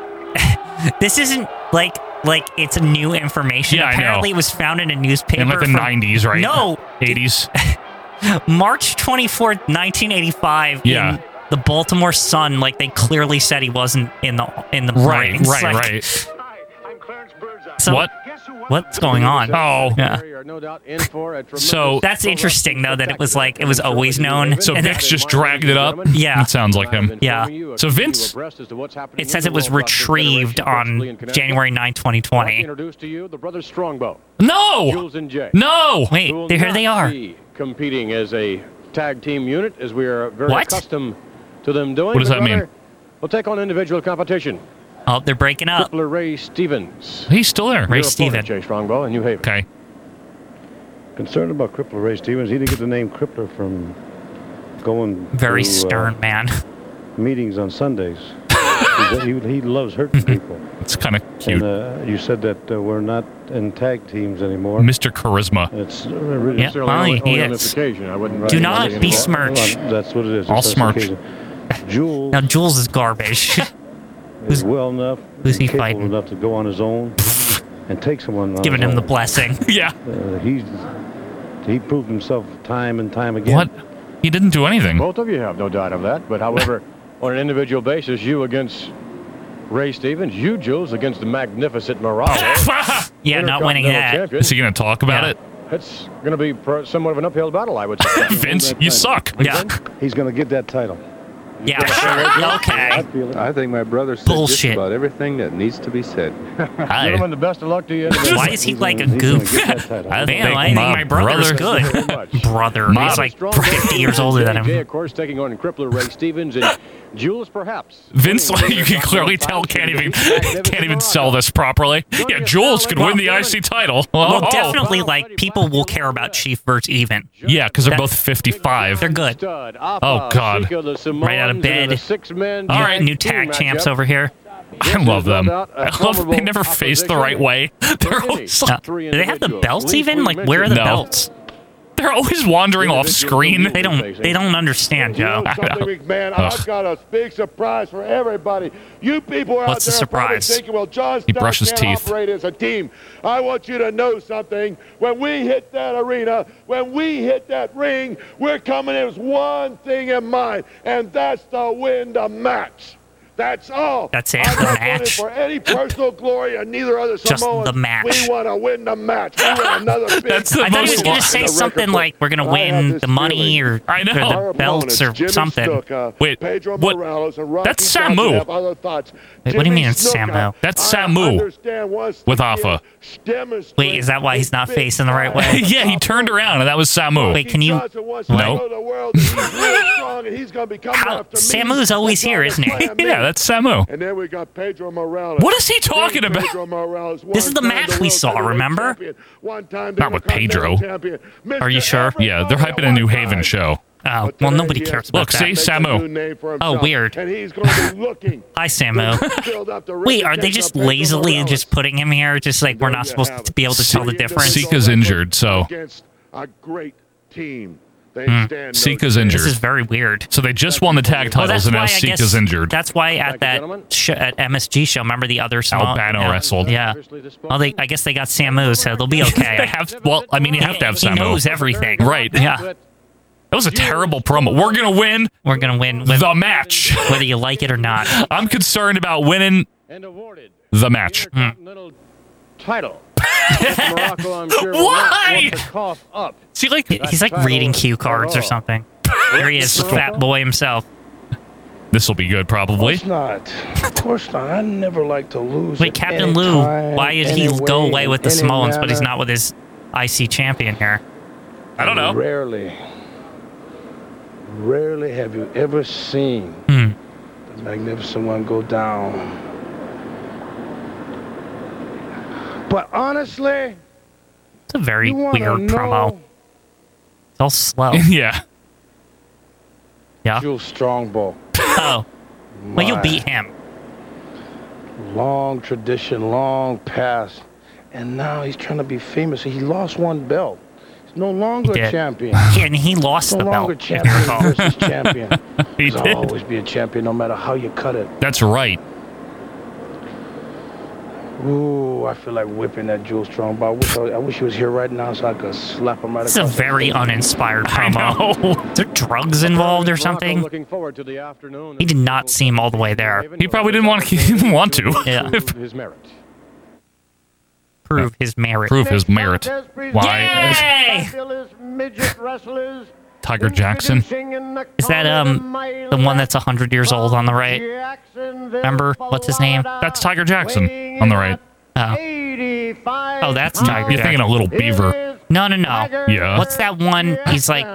[laughs] this isn't like like it's new information.
Yeah, I know.
apparently it was found in a newspaper
In like the
from
90s, right?
No.
80s.
March twenty fourth, nineteen eighty five.
Yeah.
In, the Baltimore Sun, like they clearly said, he wasn't in the in the
Right,
brains,
right,
like-
right.
So
What?
What's going on?
Oh.
Yeah.
So-
That's interesting, though, that it was like- it was always known.
So
And then-
Bix just dragged it up.
Yeah.
It sounds like him.
Yeah.
So Vince-
It says it was retrieved on January 9, 2020.
Introduced to you the brothers Strongbow,
No!
Jules and Jay.
No!
Wait,
Who will
there- here
not
they are.
be Competing as a tag team unit, as we are very
What?
accustomed to them doing.
What does
But
that mean?
rather, We'll take on individual competition.
Oh, they're breaking up.
Crippler Ray Stevens.
He's still there.
Ray
Your opponent,
Stevens.
Jay Strongbow in New Haven.
Okay.
Concerned about Crippler Ray Stevens, he didn't get the name Crippler from going
Very
to, uh,
stern, man. [laughs]
meetings on Sundays. he, he, he
[laughs]
loves hurting people.
It's kind of
And
cute.
uh, you said that uh, we're not in tag teams anymore.
Mr. Charisma.
And it's uh, really
Yeah,
Certainly
Molly,
only, only
he
on this
is.
occasion. I wouldn't
Do
recommend
not
it
be
anymore.
smart. smirch.
Well, that's what it is.
I'll
It's a
smirch.
occasion. Jewel
Now, Jules is garbage. [laughs]
is well enough,
who's he
capable
fighting?
enough to go on his own
[laughs]
and take someone. On
Giving
his
him the
own.
blessing.
[laughs] Yeah.
Uh, he's he proved himself time and time again.
What? He didn't do anything.
Both of you have no doubt of that.
[laughs]
But however, on an individual basis, you against Ray Stevens, you Jules against the magnificent Mirage.
[laughs] Yeah, not winning that.
Is he going to talk about
Yeah.
it?
It's going to be per- somewhat of an uphill battle, I would say.
[laughs]
Vince,
that
you
time.
suck.
Yeah.
He's going to get that title.
Yeah, sure. [laughs] Okay.
feel it.
I think my brother said
Bullshit.
just about everything that needs to be said.
Hi.
Gentlemen, the best of
[laughs]
luck to you.
Why is he
He's
like a
gonna- he's gonna
[laughs]
goof?
[laughs]
get that title.
I
Man,
think
I think
my
my brother's
brother-
good.
Very
[laughs]
much.
Brother.
My-
He's like 50 years older than
Jay,
him.
of course, taking on Crippler Ray
[laughs]
Stevens and Jules, perhaps.
Vince, you can clearly tell, can't even can't even sell this properly. Yeah, Jules could win the IC title.
[laughs] Well,
Oh.
definitely, like, people will care about Chief versus even.
Yeah, because they're
That-
both 55.
They're good.
Stud,
Oh, God.
Right out of bed.
All
All
right.
right,
New tag champs over here.
I love them. I love they never face the right way. [laughs] They're always,
Uh, do they have the belts even? Like, where are the
No.
belts? [laughs]
they're always wandering off screen.
They don't. They don't understand, Joe.
know. [laughs]
Something week, man.
Ugh.
I've got a big surprise for everybody. You people out
What's the
there are probably
surprise?
thinking, well, John
He
Stout
brushes
can't
teeth.
operate as a team. I want you to know something. When we hit that arena, when we hit that ring, we're coming in with one thing in mind, and that's to win the match. That's all.
That's it,
I'm
the
not doing it
match.
for any personal glory, and neither other
Just
Samoans.
the match.
We want to win the match. We
[laughs]
want another big
That's the
I thought he was
most.
going
wa-
to say
the record
something
book.
like, "We're going to
I have
win
this
the money or,
feeling.
I know.
or
Our
the belts
opponents,
or
Jimmy
something."
Snuka,
Wait,
Pedro
what-
Morales and Rocky
that's
Johnson
Samu.
have other thoughts.
Wait, what do you
Jimmy
mean it's
Snuka,
Samu?
That's
I
Samu
understand once
with
again,
Hoffa.
demonstrates
Wait, is that why he's not
big
facing the right [laughs]
time.
way?
[laughs] yeah, he turned around and that was Samu.
Wait, can you?
Johnson wants to
No.
show the world that
[laughs]
he's real strong and he's gonna be coming
How-
after me.
Samu's always
That's
here,
not
isn't he? [laughs]
the plan,
[laughs] yeah,
man.
that's Samu.
And then we got Pedro Morales.
What is he talking
Big
about?
Pedro Morales,
This is the
one-time
match we
world
saw,
heavyweight
remember?
champion, one-time
Not with Pedro.
Intercontinental champion,
Are you
Mr.
sure?
Everybody
Yeah, they're hyping a New
one
Haven
time.
show.
Oh,
But
well,
today
nobody
he
cares
has
about
to
Say
make
that.
a
Samu.
new name for
Oh,
himself,
weird.
And he's going to be looking.
[laughs]
Hi, Samu.
Build up the
Wait, are they just lazily just putting him here? Just like we're
There
not
you
supposed
have
to
it.
be able to tell the
Three
difference?
individual
Sika's
records
injured, so- Hmm.
against a great team, they stand no
Sika's
chance.
injured.
This is very weird.
So they just won the tag
Well,
titles
that's
and
why
now
I guess, [laughs]
Sika's injured.
That's why at
gentlemen.
that sh- at MSG show, remember the other small
Albano
yeah.
wrestled.
Yeah. Well, they I guess they got Samu, so they'll be okay.
[laughs] they
[laughs]
have. Well, I mean, you have to have
he
Samu.
knows everything.
Right.
Yeah.
That
[laughs]
was a terrible promo. We're gonna win
We're gonna win with,
the match.
whether you like it or not.
I'm concerned about winning
And awarded
the match.
Continental
[laughs]
title. Morocco, I'm sure, will not
Why?
want to cough up.
[laughs] See, like
He's like reading cue cards or something. There he is, the fat boy himself.
this will Hmm, be good, probably.
not. Of course not. I never like to lose.
Wait, Captain Lou, why did he go away with the Samoans, but he's not with his IC champion here?
I don't know.
Rarely, rarely have you ever seen
Hmm.
the magnificent one go down. But honestly,
It's a very
you want to
weird promo.
know
It's
[laughs]
all slow.
yeah.
Jules Strongbow.
oh, well, you'll
My
beat him.
Long tradition, long past, and now he's trying to be famous. He lost one belt. He's no longer
did.
a champion.
Yeah, and he lost
No
the
longer
belt. if you [laughs]
champion
recall.
versus champion.
He
There'll
did.
always be a champion, no matter how you cut it.
That's right.
Ooh, I feel like whipping that Jules Strong. But I wish, I, I wish he was here right now so I could slap him right
This is a
across. the-
very uninspired
I
promo.
know.
[laughs] Is there drugs involved or
Morocco
something?
Looking forward to the afternoon.
He did not seem all the way there.
He probably didn't want to. [laughs] He didn't want to.
Yeah.
His merit.
[laughs] Prove his merit.
Prove his merit. Why
Yay!
Tiger Jackson?
Is that, um, The one that's 100 years old on the right.
Remember
what's his name?
That's Tiger Jackson on the right.
Oh.
Oh,
Oh, that's Tiger
You're thinking a little beaver.
Beaver.
No, no, no.
Yeah.
What's that one? He's like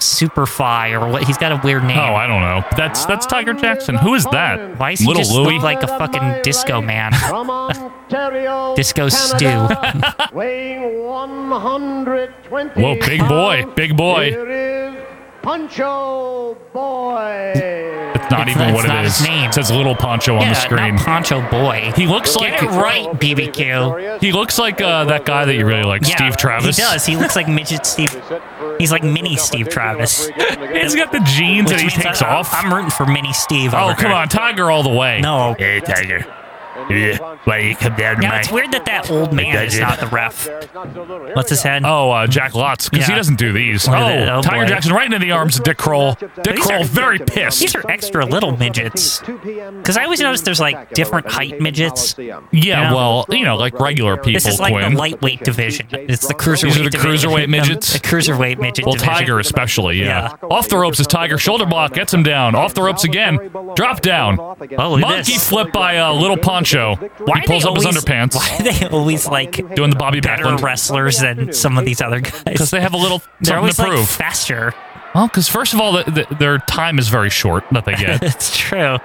Super Fi or what? He's got a weird name.
Oh, I don't know. That's that's Tiger Jackson. Who is that?
Why is he
Little
just
Louie?
look like a fucking disco man?
From Ontario,
[laughs] Disco
Canada,
[laughs]
weighing 120
Whoa, big boy,
pounds,
big boy.
Here is Puncho Boy.
It's not
It's
even
not-
what
it's not
it is.
his name.
It says Little Poncho on
yeah,
the screen.
not Poncho Boy.
He looks
Get
like
it right, BBQ.
he looks like uh, that guy that you really like,
Yeah,
Steve Travis.
He does. He
[laughs]
looks like midget Steve. He's like mini Steve Travis.
[laughs] He's got the jeans that
Which
he
means
takes
I,
off.
I'm rooting for mini Steve.
oh
over
come
here.
on, Tiger all the way.
No.
Hey Tiger. Yeah. Why you come down
Now it's weird that that old man is not the ref. What's his head?
Oh, uh, Jack Lotz, because he
Yeah.
doesn't do these. Oh,
Look at that, oh,
Tiger
boy.
Jackson right into the arms of Dick Kroll. Dick
These are-
Kroll very pissed.
These are extra little midgets.
Because I always notice there's like different height midgets.
um,
Yeah,
Yeah.
well, you know, like regular people.
This is like
Quinn.
the lightweight division. It's the cruiserweight.
These are the
division.
cruiserweight midgets?
The cruiserweight midget.
Well,
division.
Tiger especially, yeah.
Yeah.
Off the ropes is Tiger. Shoulder block gets him down. Off the ropes again. Drop down.
Oh, look at
Monkey
this.
flip by uh, Little Poncho.
Why
He
are
pulls
they
up his
always-
underpants
Why are they always like
doing the Bobby
better
Backlund
wrestlers than some of these other guys?
because they have a little
[laughs] They're
something
always
to
like
prove.
faster. [laughs]
Well, because first of all, the, the, their time is very short that they [laughs] get,
It's true.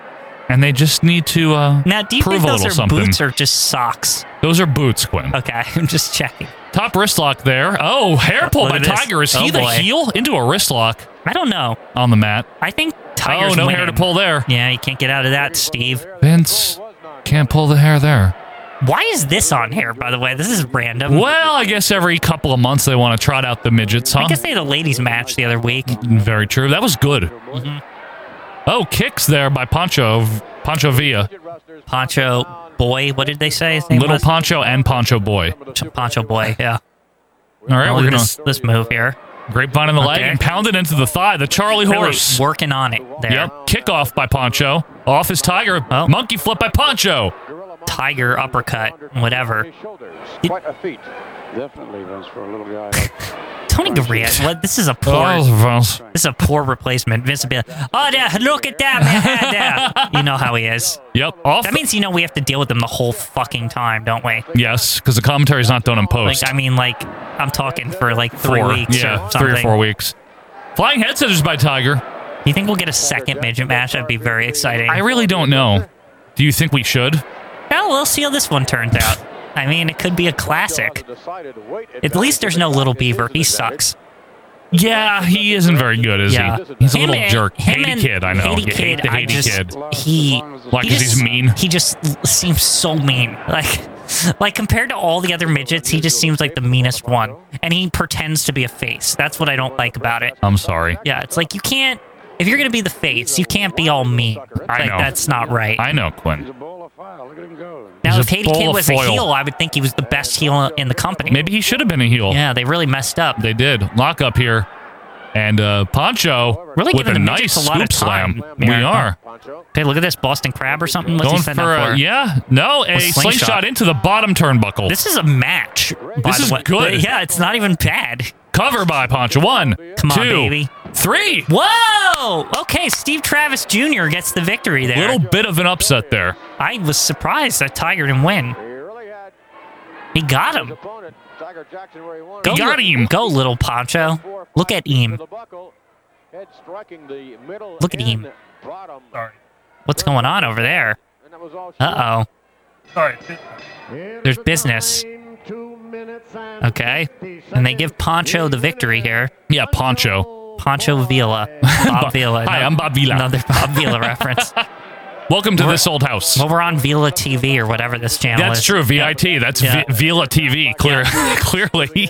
and they just need to uh,
Now, do you
prove
think
a
those
little
are
something.
boots or just socks?
those are boots, Quinn.
Okay, [laughs] I'm just checking.
Top wrist lock there. Oh, hair pull
Look
by
at this.
Tiger. Is he
Oh,
the
boy.
heel into a wrist lock
I don't know.
on the mat?
I think Tiger's
oh, no hair
winning.
to pull there.
Yeah, you can't get out of that, Steve.
Vince can't pull the hair there.
Why is this on here, by the way? This is random.
Well, I guess every couple of months they want to trot out the midgets, huh?
I guess they had a ladies' match the other week.
Very true. That was good.
Mm-hmm.
Oh, kicks there by Poncho, Poncho Villa,
Poncho Boy, what did they say? His name
little
was?
Poncho and Poncho Boy.
Ch- Poncho Boy, yeah.
All right,
Now
we're
look at
gonna
this, this move here.
grapevine in the leg
Okay.
and pound it into the thigh. The Charlie
Really
horse.
working on it there.
Yep. Kickoff by Poncho. Off his tiger.
Oh.
Monkey flip by Poncho.
Tiger uppercut, whatever.
Quite a feat.
Definitely, Vince, for a little guy. Like,
Tony Garea, what? This is a poor.
Oh,
This is a poor replacement. Vince would be like, oh, yeah, look at that,
[laughs]
man. yeah, yeah." You know how he is.
yep. Off.
That means, you know, we have to deal with him the whole fucking time, don't we?
yes, because the commentary's not done in post.
Like, I mean, like, I'm talking for like three
four,
weeks
yeah,
or something.
three or four weeks. Flying head scissors by Tiger.
You think we'll get a second midget match? That'd be very exciting.
I really don't know. Do you think we should?
Well, we'll see how this one turns out. I mean, it could be a classic.
Decided to wait
At least there's no little beaver. He sucks.
Yeah, he isn't very good, is
Yeah.
he? He's a
Him
little
and-
jerk.
him
Haty
and-
kid, I know.
Haty
You hate
kid,
the
I
haty
just
kid.
he
Why,
he
'cause
just-
he's mean?
He just l- seems so mean. Like like compared to all the other midgets, he just seems like the meanest one. And he pretends to be a face. That's what I don't like about it.
I'm sorry.
Yeah, it's like you can't if you're gonna be the face, you can't be all mean.
I
Like
know.
that's not right.
I know, Quinn.
now
he's
if
a
Haiti Kid
ball of
was a
foil.
heel, I would think he was the best heel in the company.
Maybe he should have been a heel.
Yeah, they really messed up.
They did. Lock up here. And uh, Poncho
Really
with a
giving the
nice
Magics a lot of
scoop
time,
slam.
Miracle.
We are.
Okay, look at this Boston Crab or something. What's
Going
he
for
setting up
a,
for?
yeah, no, a slingshot.
slingshot.
into the bottom turnbuckle.
This is a match. by
This
the
is
way.
good.
Yeah, it's not even bad.
cover by Poncho. One,
Come on,
two,
baby.
three.
Whoa! Okay, Steve Travis Jr. gets the victory there.
Little bit of an upset there.
I was surprised that Tiger didn't win. He got him.
He got him.
Go, little Poncho. Look at him.
Look at him.
What's going on over there?
Uh
Uh oh.
There's business.
Okay. And they give Poncho the victory here.
Yeah, Poncho. [laughs]
Poncho Villa. Bob Villa.
Hi, I'm Bob Vila.
Another Bob
[laughs]
Vila reference.
Welcome to this old house.
Well, we're on Vila TV or whatever this channel is.
That's true. VIT. That's
Yeah.
v- Vila TV. Clear, [laughs] clearly,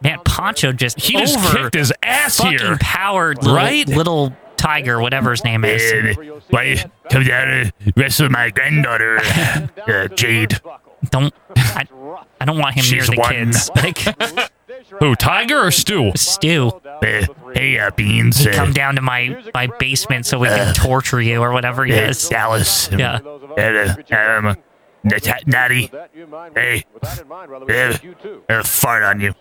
Man, Poncho just
he just
over
kicked his ass
fucking
here.
powered little,
Right?
little tiger, whatever his name is.
Why come down to wrestle my granddaughter, Jade?
[laughs] Don't I, I don't want him
She's
near the
one.
kids. [laughs] Like
Who, Tiger or Stu?
Stu,
hey, uh, Beans.
come down to my my basement so we can torture you or whatever he is.
Dallas. uh,
Yeah.
Um, Natty. uh, Hey. I'll fart on you.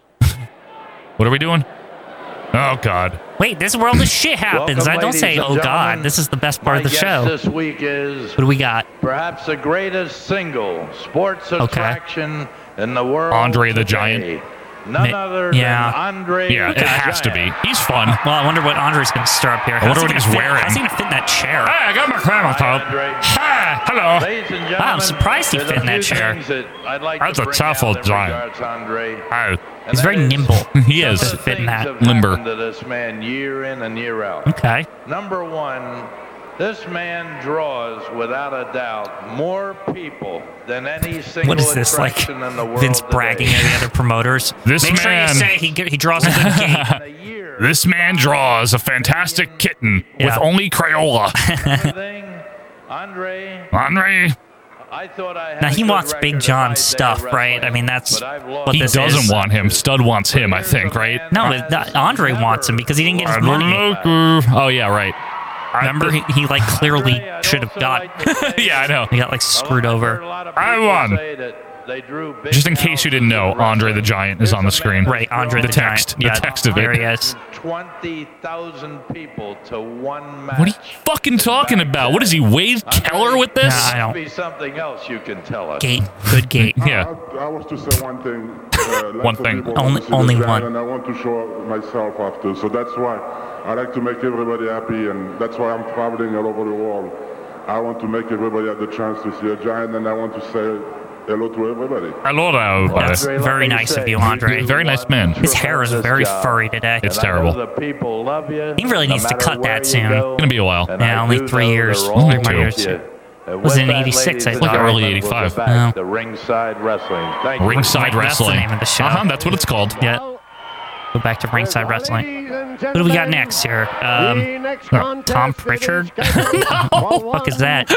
What are we doing? Oh, God.
Wait, this world of shit happens.
Welcome,
I don't say,
ladies
oh
and
god,
gentlemen.
this is the best part of the show. What
This week is
do we got?
perhaps the greatest single sports attraction in the world.
Andre the Giant.
None
Ma-
other
yeah.
than Andre.
Yeah, it has to be. He's fun. Hey,
Well, I wonder what Andre's gonna stir up here. How's
wonder
he
what
gonna
he's
fit-
wearing.
How's he gonna fit in that chair?
I got my crown top. Hi, hello.
Ladies and gentlemen,
Wow, I'm surprised he
there's
fit
a
in that
few
chair.
things that I'd like
That's
to
a
bring
tough
out
old
in
giant.
regards to Andre.
Hi.
and
He's
that
very
is
nimble.
[laughs] He
some of
is.
the
Fit in
things
that.
have
Limber.
happened To this man, year in and year out.
Okay.
Number one, this man draws without a doubt more people than any single
What is this like?
attraction in the world.
Vince bragging
today.
at the other promoters.
[laughs] This
Make sure you
man-
say he, g- he draws a
[laughs]
good game.
In a year,
This man draws a fantastic kitten with
Yeah.
only
[laughs]
Crayola.
one thing, Andre,
Andre,
I thought I had
Now
a
he
good
wants Big
record of
John
high-day
stuff, right?
wrestling,
I mean, that's
but I've
what
lost
he
this
doesn't
is.
want him. Stud wants him, I think, right?
No, it's not- Andre wants him because he didn't get his money.
Oh, yeah, right.
Remember, he, he like clearly should have got.
[laughs] Yeah, I know.
[laughs] He got like screwed over.
I won. Just
Just
in case you didn't know, Andre the Giant is on the screen.
Right, Andre
The
the,
text.
Giant.
The
Yeah,
text of
there
it.
he is.
Twenty thousand people to one match.
What are you fucking talking about? What is he, Wade Keller with this?
Nah, I don't-
Be something else you can tell us.
Gate,
[laughs]
good gate.
Yeah.
I, I was to say one thing.
[laughs]
Uh, lots
One
of
thing.
people want
Only-
to see the
only
band,
one.
And I want to show myself after. So that's why I like to make everybody happy, and that's why I'm traveling all over the world. I want to make everybody have the chance to see a giant, and I want to say hello to everybody.
Hello, everybody.
That's very nice of you, Andre.
Very nice man.
His hair is very furry today.
It's
And I
terrible.
know The people love you.
He really
no
needs to
matter
cut
where
that
you
soon.
go.
Gonna be a while.
And
Yeah,
I
only
do
three
know
years.
they're
Only
all
two.
with you. And
Was
with
in
that,
86, I
ladies and
thought.
Like early
gentlemen, we'll go
85.
back
Oh.
to ringside wrestling. Thank you.
Ringside
That's the
Wrestling.
name of the show.
Uh-huh, that's what it's called.
Yeah. Go back to ringside wrestling. Who do we got next here? Um,
[laughs]
Tom Pritchard? [laughs]
no.
Fuck is that?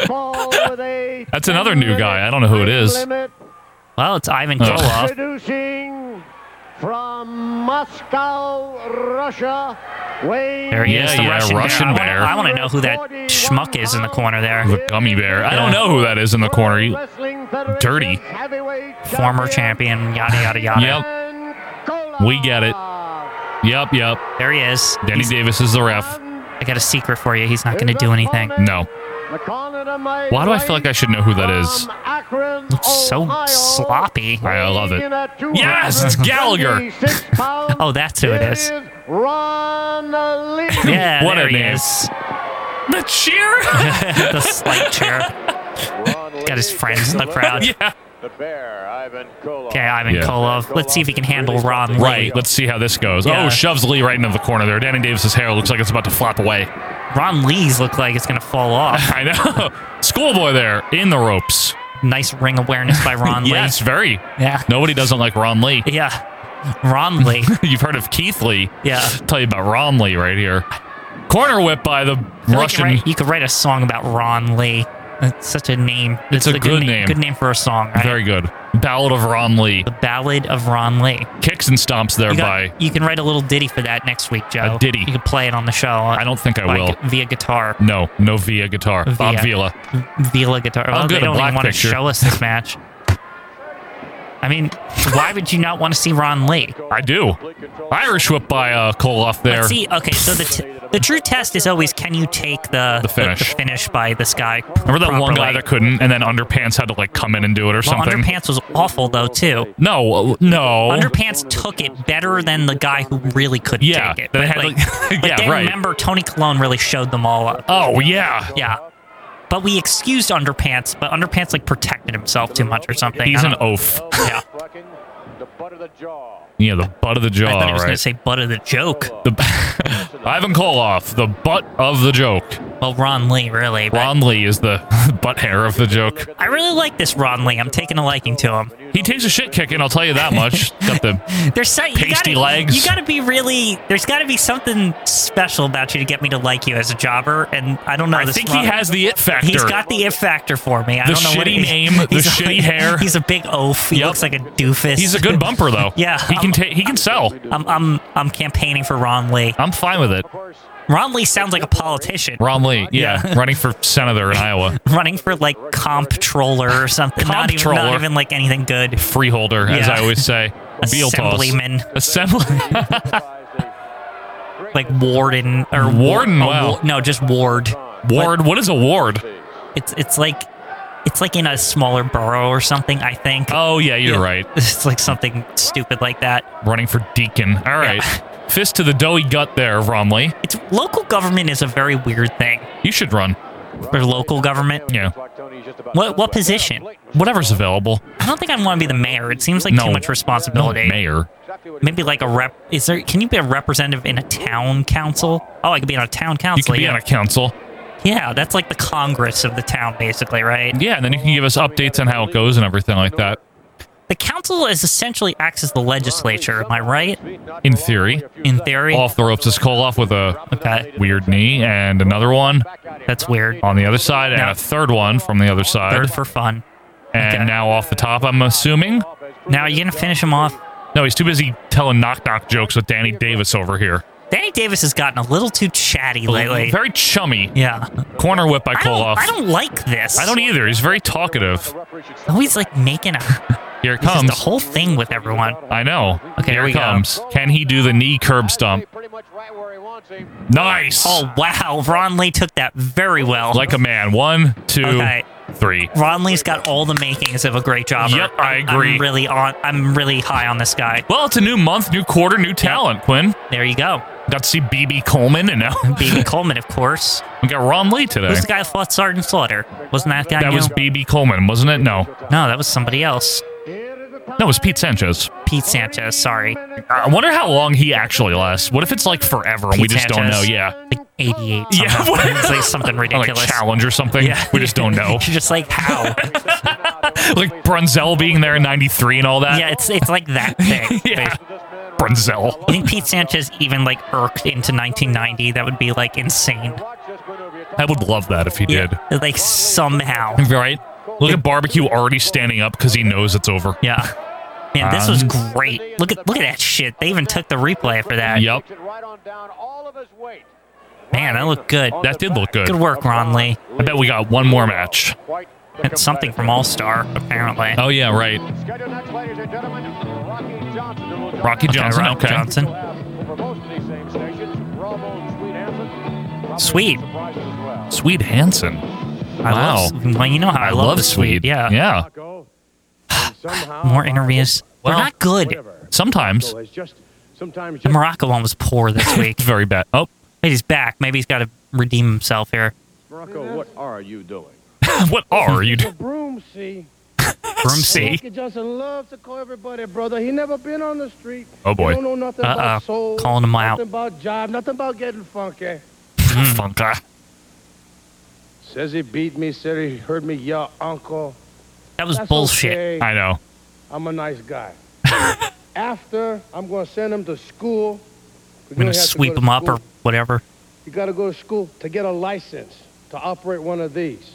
That's another new guy. I don't know who it is.
well, it's Ivan
Ugh.
Koloff.
Introducing from Moscow, Russia, Wayne.
There he is,
Yeah,
the
yeah,
Russian,
Russian
bear.
bear.
I want to know who that schmuck is in the corner there.
The gummy bear. I don't know who that is in the corner. He-
Wrestling Federation's
dirty.
heavyweight
Former champion, yada, yada, yada.
Yep.
And
We get it. Yep, yep.
There he is.
Danny
He's-
Davis is the ref.
I got a secret for you. He's not going to do anything.
No. Why do I feel like I should know who that is?
Looks
Looks so sloppy.
I love it.
Yes, it's Gallagher.
[laughs]
Oh, that's who it is. Yeah,
What
there
a
he
name.
is. [laughs]
The cheer?
the slight chair. Got his friends in the
[laughs]
crowd.
yeah.
Okay, Ivan
Yeah.
Koloff. Let's see if he can handle Ron Lee.
Right. Let's see how this goes.
Yeah.
Oh, shoves Lee right into the corner there. Danny Davis's hair looks like it's about to flop away.
Ron Lee's look like it's gonna fall off.
[laughs] I know. Schoolboy there in the ropes.
Nice ring awareness
[laughs]
by Ron
yes, very.
Lee. Yeah.
Nobody doesn't like Ron Lee. [laughs]
Yeah. Ron Lee.
You've heard of Keith Lee.
Yeah.
[laughs] Tell you about Ron Lee right here. Corner whip by the
I feel like
Russian.
You could, write, you could write a song about Ron Lee. That's such a name.
It's a good name.
Good name for a song, right?
Very good. Ballad of Ron Lee.
the Ballad of Ron Lee.
Kicks and stomps there
You,
by.
got, you can write a little ditty for that next week, Joe.
A ditty.
You can play it on the show. uh,
I don't think I will.
Via guitar.
No, no via guitar. Bob
Villa.
Vila.
Vila guitar.
I'll
Well,
get
they
a
don't
black
even want to
picture.
show us this match. I mean, why would you not want to see Ron Lee?
I do. Irish whip by uh, Koloff there.
Let's see. Okay, so the t- the true test is always can you take the
The finish.
finish by this guy?
Remember that one guy
properly?
that couldn't, and then Underpants had to like come in and do it or
Well,
something.
Underpants was awful though too.
no, uh, no.
Underpants took it better than the guy who really couldn't
Yeah,
take it.
they
But,
had,
like,
[laughs] like-
but
yeah,
then
right.
remember Tony Colon really showed them all up.
oh yeah.
Yeah. But we excused Underpants, but Underpants like protected himself too much or something.
He's
I
an
don't-
oaf.
[laughs] Yeah.
Yeah, the butt of the jaw,
I thought he was
right?
gonna say butt of the joke.
[laughs] the Ivan Koloff, the butt of the joke.
Well, Ron Lee really. but-
Ron Lee is the [laughs] butt hair of the joke.
I really like this Ron Lee. I'm taking a liking to him.
He takes a shit kicking, I'll tell you that
[laughs]
much. Got the
There's so, you
Pasty
gotta,
legs.
You got to be really. There's got to be something special about you to get me to like you as a jobber, and I don't know.
I
this
think he
Ron-
has the it factor.
He's got the if factor for me. I
The
don't know what
shitty
it is.
name, the
[laughs] He's
shitty hair.
He's a big oaf. He
Yep.
looks like a doofus.
He's a good bumper though.
[laughs] Yeah,
He can
I'm-
ta- he can sell.
I'm I'm I'm campaigning for Ron Lee.
I'm fine with it.
Ron Lee sounds like a politician
Ron Lee, yeah,
Yeah. [laughs]
running for senator in Iowa.
running for like comptroller or something. Not even
Comptroller.
not even like anything good.
Freeholder, as
Yeah.
I always
[laughs]
say. Bealtos.
Assemblyman.
Assembly. [laughs]
Like warden or
Warden,
a
wow.
wa- no, just ward.
ward. What is a ward?
It's it's like it's like in a smaller borough or something. I think.
Oh yeah, you're
Yeah.
right.
[laughs] It's like something stupid like that.
Running for deacon. All right. [laughs] Fist to the doughy gut there, Ron Lee.
It's local government is a very weird thing
You should run.
for local government.
Yeah.
What what position?
Whatever's available.
I don't think I'd want to be the mayor. It seems like
No.
too much responsibility.
No mayor.
Maybe like a rep. Is there? Can you be a representative in a town council? Oh, I could be on a town council.
You could be
yeah.
on a council.
yeah, that's like the Congress of the town, basically, right?
Yeah, and then you can give us updates on how it goes and everything like that.
The council is essentially acts as the legislature. Am I right?
In theory.
In theory,
Off the ropes is Koloff with a
Okay.
weird knee and another one
that's weird.
on the other side and
No.
a third one from the other side.
Third for fun.
and
okay.
now off the top, I'm assuming.
Now you gonna finish him off.
No, he's too busy telling knock knock jokes with Danny Davis over here.
Danny Davis has gotten a little too chatty lately.
Very chummy.
yeah.
Corner whip by
I don't,
Koloff.
I don't like this.
I don't either. He's very talkative.
Always
[laughs]
like making a
Here it
This is
comes. Uh,
the whole thing with everyone.
I know. here
Okay, here
it
we go.
comes. Can he do the knee curb stomp? Nice.
Oh wow, Ron Lee took that very well.
like a man. One, two, three.
Okay. Ron Lee's got all the makings of a great jobber.
Yep, I
I'm-
agree.
I'm really on. I'm really high on this guy.
Well, it's a new month, new quarter, new talent, Quinn.
There you go,
Got to see BB Coleman, and now
BB Coleman, of course.
[laughs] we got Ron Lee today.
Who's the guy who fought Sergeant Slaughter? Wasn't that guy?
That
new?
was BB Coleman, wasn't it? No.
No, that was somebody else.
No, it was Pete Sanchez.
Pete Sanchez. Sorry.
I wonder how long he actually lasts. What if it's like forever and we
Pete
just don't know?
Sanchez.
Yeah.
Like 88.
Yeah, [laughs]
somehow.
what?
It's like something
Or, Like
ridiculous.
challenge or something.
Yeah.
We just don't know.
[laughs] You're just
[laughs]
like how?
like Brunzel being there in 93 and all that.
yeah, it's it's like that thing.
[laughs] yeah. Brunzel. [laughs]
I think Pete Sanchez even like irked into 1990. That would be like insane.
[laughs] I would love that if he did.
Like somehow.
Right? Look at barbecue already standing up because he knows it's over.
Yeah. Man, this
Um,
was great. Look at look at that shit. They even took the replay for that.
Yep.
Man, that looked good.
That did look good.
Good work, Ron Lee.
I bet we got one more match.
That's something from All Star, apparently.
Oh yeah, right. Rocky
Okay,
Johnson.
Rock
Okay.
Johnson. Sweet.
Sweet Hansen.
I
Wow.
love, well, you know how I, love, the Swede. Yeah.
Yeah.
More interviews.
Well,
They're not good. [laughs]
Sometimes
The Morocco one was
[laughs]
poor this week.
very bad. Oh,
Maybe he's back. Maybe he's got to redeem himself here.
Morocco, what are you doing?
[laughs]
what are you? doing?
Broom, see?
From C.
Walker Johnson loves to call everybody brother. He never been on the street.
Oh, boy.
[laughs]
He don't know nothing
Uh-uh.
about soul.
Calling him out.
Nothing about job. Nothing about getting funky.
Funka.
Says he beat me. Said he heard me yell, uncle.
That was
That's
bullshit.
okay.
I know. [laughs]
I'm a nice
[laughs]
guy. After, I'm going to send him to school. We're
I'm gonna
have to
sweep
go to
him up or
school.
whatever.
You got to go to school to get a license to operate one of these.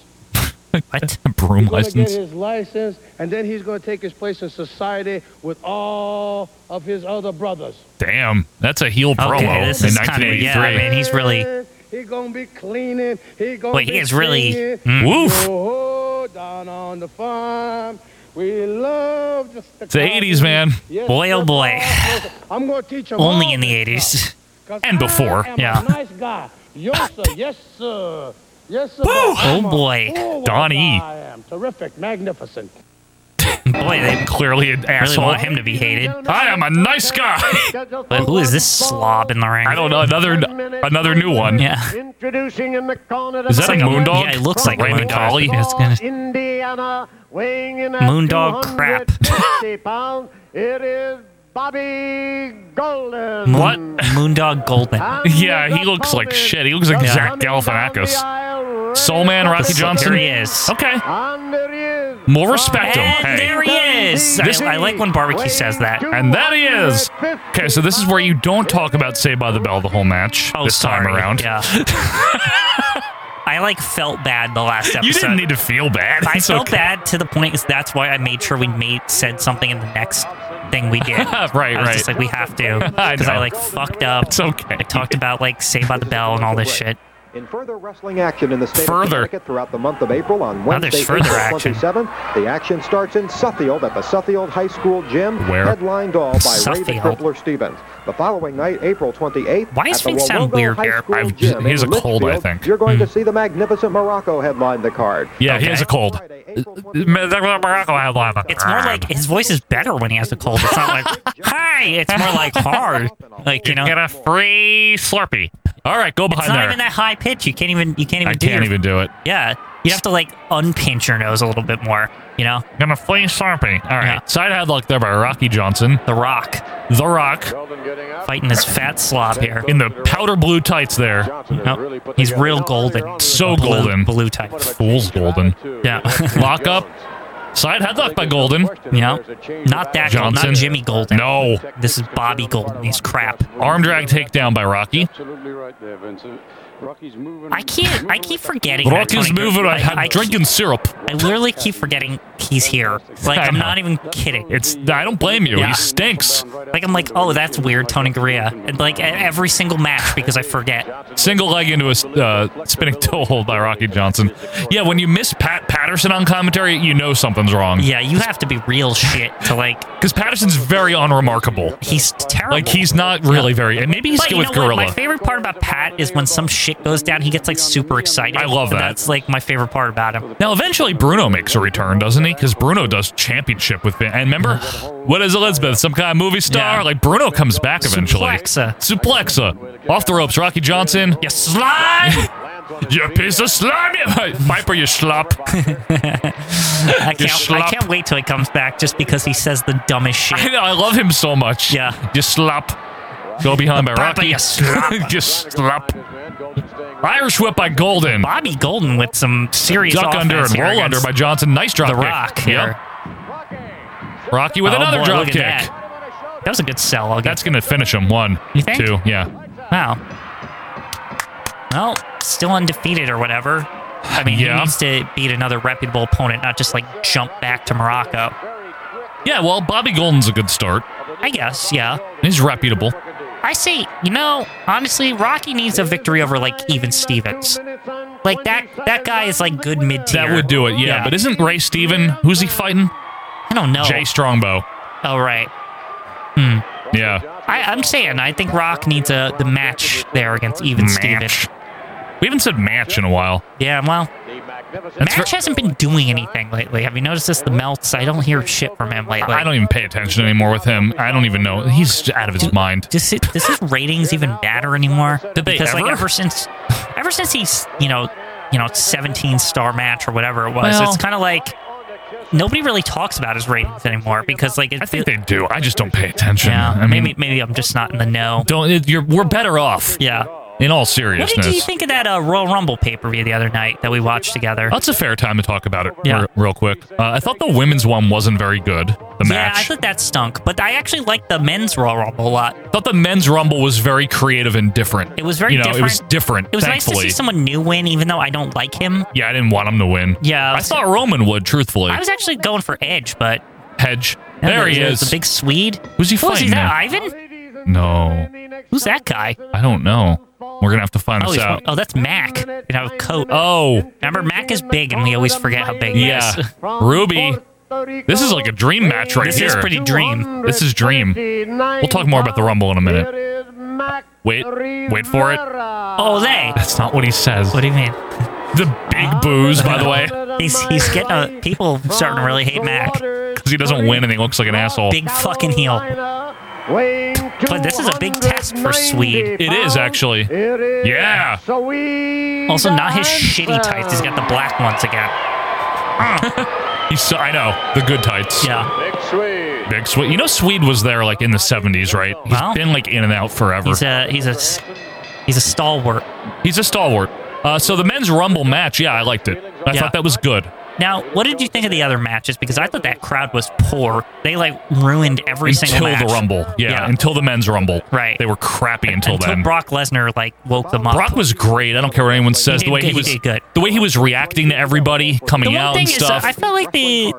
What? Broom
He's going to
license.
get his license, and then he's going to take his place in society with all of his other brothers.
Damn, that's a heel
Okay,
promo
this
in
is
1983.
kinda- yeah, I mean, he's really-
He gonna be cleaning. He gonna
Wait,
be
he is really-
singing.
Mm. Woof.
Yo-ho, down on the farm, we love just
It's the 80s, man.
Boy, oh boy.
I'm gonna teach him
Only in the [laughs] 80s. And before.
yeah.
Yeah.
nice guy. Yes
[laughs]
sir, yes sir, yes sir.
Woo!
I'm
Oh,
a
boy.
fool,
Donnie.
I am terrific, magnificent.
Boy, they
Clearly an
really
asshole.
want him to be hated.
I am a nice guy.
But [laughs] who is this slob in the ring?
I don't know another another new one.
Yeah.
Introducing in the corner
Is that
Looks
a
like a-
moondog?
yeah, it looks like a
Raymond
moondog.
Collie?
Yeah, it's gonna-
Indiana, weighing in at
Moondog crap. [laughs]
250 pounds. It is Bobby Golden.
Moon-
What?
Moondog Golden.
[laughs] [laughs] Yeah, he looks like shit. He looks like
Yeah.
Zach Galifianakis. Soul Man, Rocky Johnson.
There he is.
Okay,
And there he is.
more respect him.
And
Hey.
there he is.
This-
I, I like when Barbecue says that.
And that he is. Okay, so this is where you don't talk about Saved by the Bell the whole match
Oh,
this
sorry.
time around.
[laughs] Yeah. I like felt bad the last episode.
You didn't need to feel bad.
I
It's
felt
okay.
bad to the point is that's why I made sure we made said something in the next thing we
[laughs] [laughs]
did.
Right,
I was
right.
Just like we have to
[laughs] I
because I,
know.
like fucked up.
It's okay.
I talked about like Saved by the Bell and all this shit.
In further wrestling action in the state
Further.
of Connecticut throughout the month of April on
Now there's
Wednesday,
further
April
action.
27th, the action starts in Suffield at the Suffield High School gym,
Where?
headlined all by Ray the
Suffield.
Crippler Stevens. The following night, April 28th,
Why does
at the
things sound
Wowogo
weird
High
here?
School
I've-
gym
he has
in
a cold, I
Litchfield,
think.
You're going
Hmm.
to see the magnificent Morocco headline the card.
Yeah, he
Okay.
has a cold.
[laughs]
It's
It's more like his voice is better when he has a cold. It's [laughs] not like hi. It's more like [laughs] hard. Like you know,
get a free Slurpee. All right, go
it's
behind
not
there.
even that high pitch. You can't even. You can't even.
I
do
can't
your-
even do it.
Yeah, you have to like unpinch your nose a little bit more. You know,
Gonna free Slurpee. All right,
Yeah.
side headlock there by Rocky Johnson.
The Rock
The Rock
Golden getting up.
fighting this fat slob here.
in the powder blue tights there.
Johnson has
Nope.
really put
He's
together-
real
Now
golden.
you're on to the-
So
blue,
golden.
Blue type.
What a
Fool's
change of
golden.
attitude.
Yeah. [laughs]
Lock up. Side headlock by Golden.
Yeah. Not that
Johnson.
Golden. Not Jimmy Golden.
No.
This is Bobby Golden. He's crap.
Arm drag takedown by Rocky.
Absolutely right there, Vincent. Rocky's moving.
I can't. I keep forgetting. that
Rocky's
Tony Khan-
moving. I
I,
had drinking syrup.
I literally keep forgetting he's here. Like
I
I'm
know.
not even kidding.
It's. I don't blame you. He
Yeah.
stinks.
um,
like I'm like, oh, that's weird, Tony Garea. And like at every single match because I forget.
Single leg into a uh, spinning [laughs] toe hold by Rocky Johnson. Yeah, when you miss Pat Patterson on commentary, you know something's wrong.
Yeah, you have to be real shit to like.
Because Patterson's very unremarkable.
He's terrible.
Like, he's not really very. And maybe he's
But
good
you
with
know what? My
Gorilla.
favorite part about Pat is when some shit goes down, he gets like super excited.
I love
And
that.
That's like my favorite part about him.
Now, eventually, Bruno makes a return, doesn't he? Because Bruno does championship with Vin. And remember, what is Elizabeth? Some kind of movie star?
Yeah.
Like, Bruno comes back eventually.
Suplexa.
Suplexa. Off the ropes, Rocky Johnson. You slime! [laughs] you piece of slime! You [laughs] Viper, you
[laughs]
schlop.
I
You
can't, I
schlop.
can't wait till he comes back just because he says the dumbest shit.
I know, I love him so much.
Yeah.
You slop. Go behind by
Papa,
Rocky.
you
[laughs]
slop.
you slop. Irish whip by Golden.
[laughs] Bobby Golden with some serious
Duck under
offense
and
here
roll under
against
by Johnson. Nice drop
The
kick.
Rock
Yep.
here.
Rocky with
Oh,
another
boy,
drop
look at
kick.
That. That was a good sell. I'll give
That's gonna finish him. One,
You think?
two, yeah.
Wow. Well, still undefeated or whatever. I mean,
Yeah.
he needs to beat another reputable opponent, not just like jump back to Morocco.
Yeah, well, Bobby Golden's a good start.
I guess, yeah.
He's reputable.
I say, you know, honestly, Rocky needs a victory over like even Stevens. Like that that guy is like good mid tier.
That would do it, yeah. But isn't Ray Steven who's he fighting?
I don't know.
Jay Strongbow.
oh right.
Yeah.
I, I'm saying I think Rock needs a the match there against even
Match.
Stevens.
We haven't said match in a while.
Yeah, well,
That's
Match
ver-
hasn't been doing anything lately. Have you noticed this? The melts. I don't hear shit from him lately.
I don't even pay attention anymore with him. I don't even know. He's out of his mind.
Does it, does his ratings even matter anymore?
Did they
because
ever?
like ever since, ever since he's you know, you know, seventeen star match or whatever it was,
Well-
it's kind of like nobody really talks about his ratings anymore because like it, I think
they do. I just don't pay attention.
Yeah,
I mean-
maybe maybe I'm just not in the know.
Don't. it- You're. We're better off.
Yeah.
In all
What
seriousness.
did you think of that uh, Royal Rumble pay per view the other night that we watched together?
That's a fair time to talk about it
Yeah.
re- real quick. Uh, I thought the women's one wasn't very good, the
yeah, I
match.
thought that stunk, but I actually liked the men's Royal Rumble a lot.
I thought the men's rumble was very creative and different.
It was very
you know,
different.
It was different.
It was
thankfully.
nice to see someone new win, even though I don't like him.
Yeah, I didn't want him to win.
Yeah,
I thought Roman would, truthfully.
I was actually going for Edge, but
Hedge.
Yeah,
There he
there's
is.
the big Swede.
Who's he
Who is
fighting?
he? That
now?
Ivan?
no,
Who's that guy?
I don't know. We're gonna have to find
Oh,
this
he's-
out.
oh, that's Mac. You know, coat.
Oh,
Remember, Mac is big, and we always forget how big he
yeah,
[laughs] is.
Ruby. This is like a dream match right
This
here.
is pretty dream.
This is dream. We'll talk more about the rumble in a minute. Wait, wait for it.
Ole.
That's not what he says. What
Oh, do you mean?
The big booze, by the way, [laughs]
He's he's getting a, people starting to really hate Mac.
because he doesn't win and he looks like an asshole.
Big fucking heel. But this is a big test for Swede.
It is actually. Yeah.
Also, not his shitty tights. He's got the black ones again.
He's so, I know the good tights.
Yeah.
Big Swede. You know Swede was there like in the 70s, right? He's
Well.
been like in and out forever.
He's a he's a s- he's a stalwart.
He's a stalwart. Uh, so the men's rumble match, yeah, I liked it. I
Yeah.
thought that was good.
Now, what did you think of the other matches? Because I thought that crowd was poor. They like ruined every
until
single match.
the rumble, yeah, Until the men's rumble,
Right.
They were crappy until,
Until
then.
Brock Lesnar like woke them up.
Brock was great. I don't care what anyone says.
did
the way
good,
he
he
was,
did good.
the way he was reacting to everybody coming
the one
out
thing
and
is, uh,
stuff.
I felt like they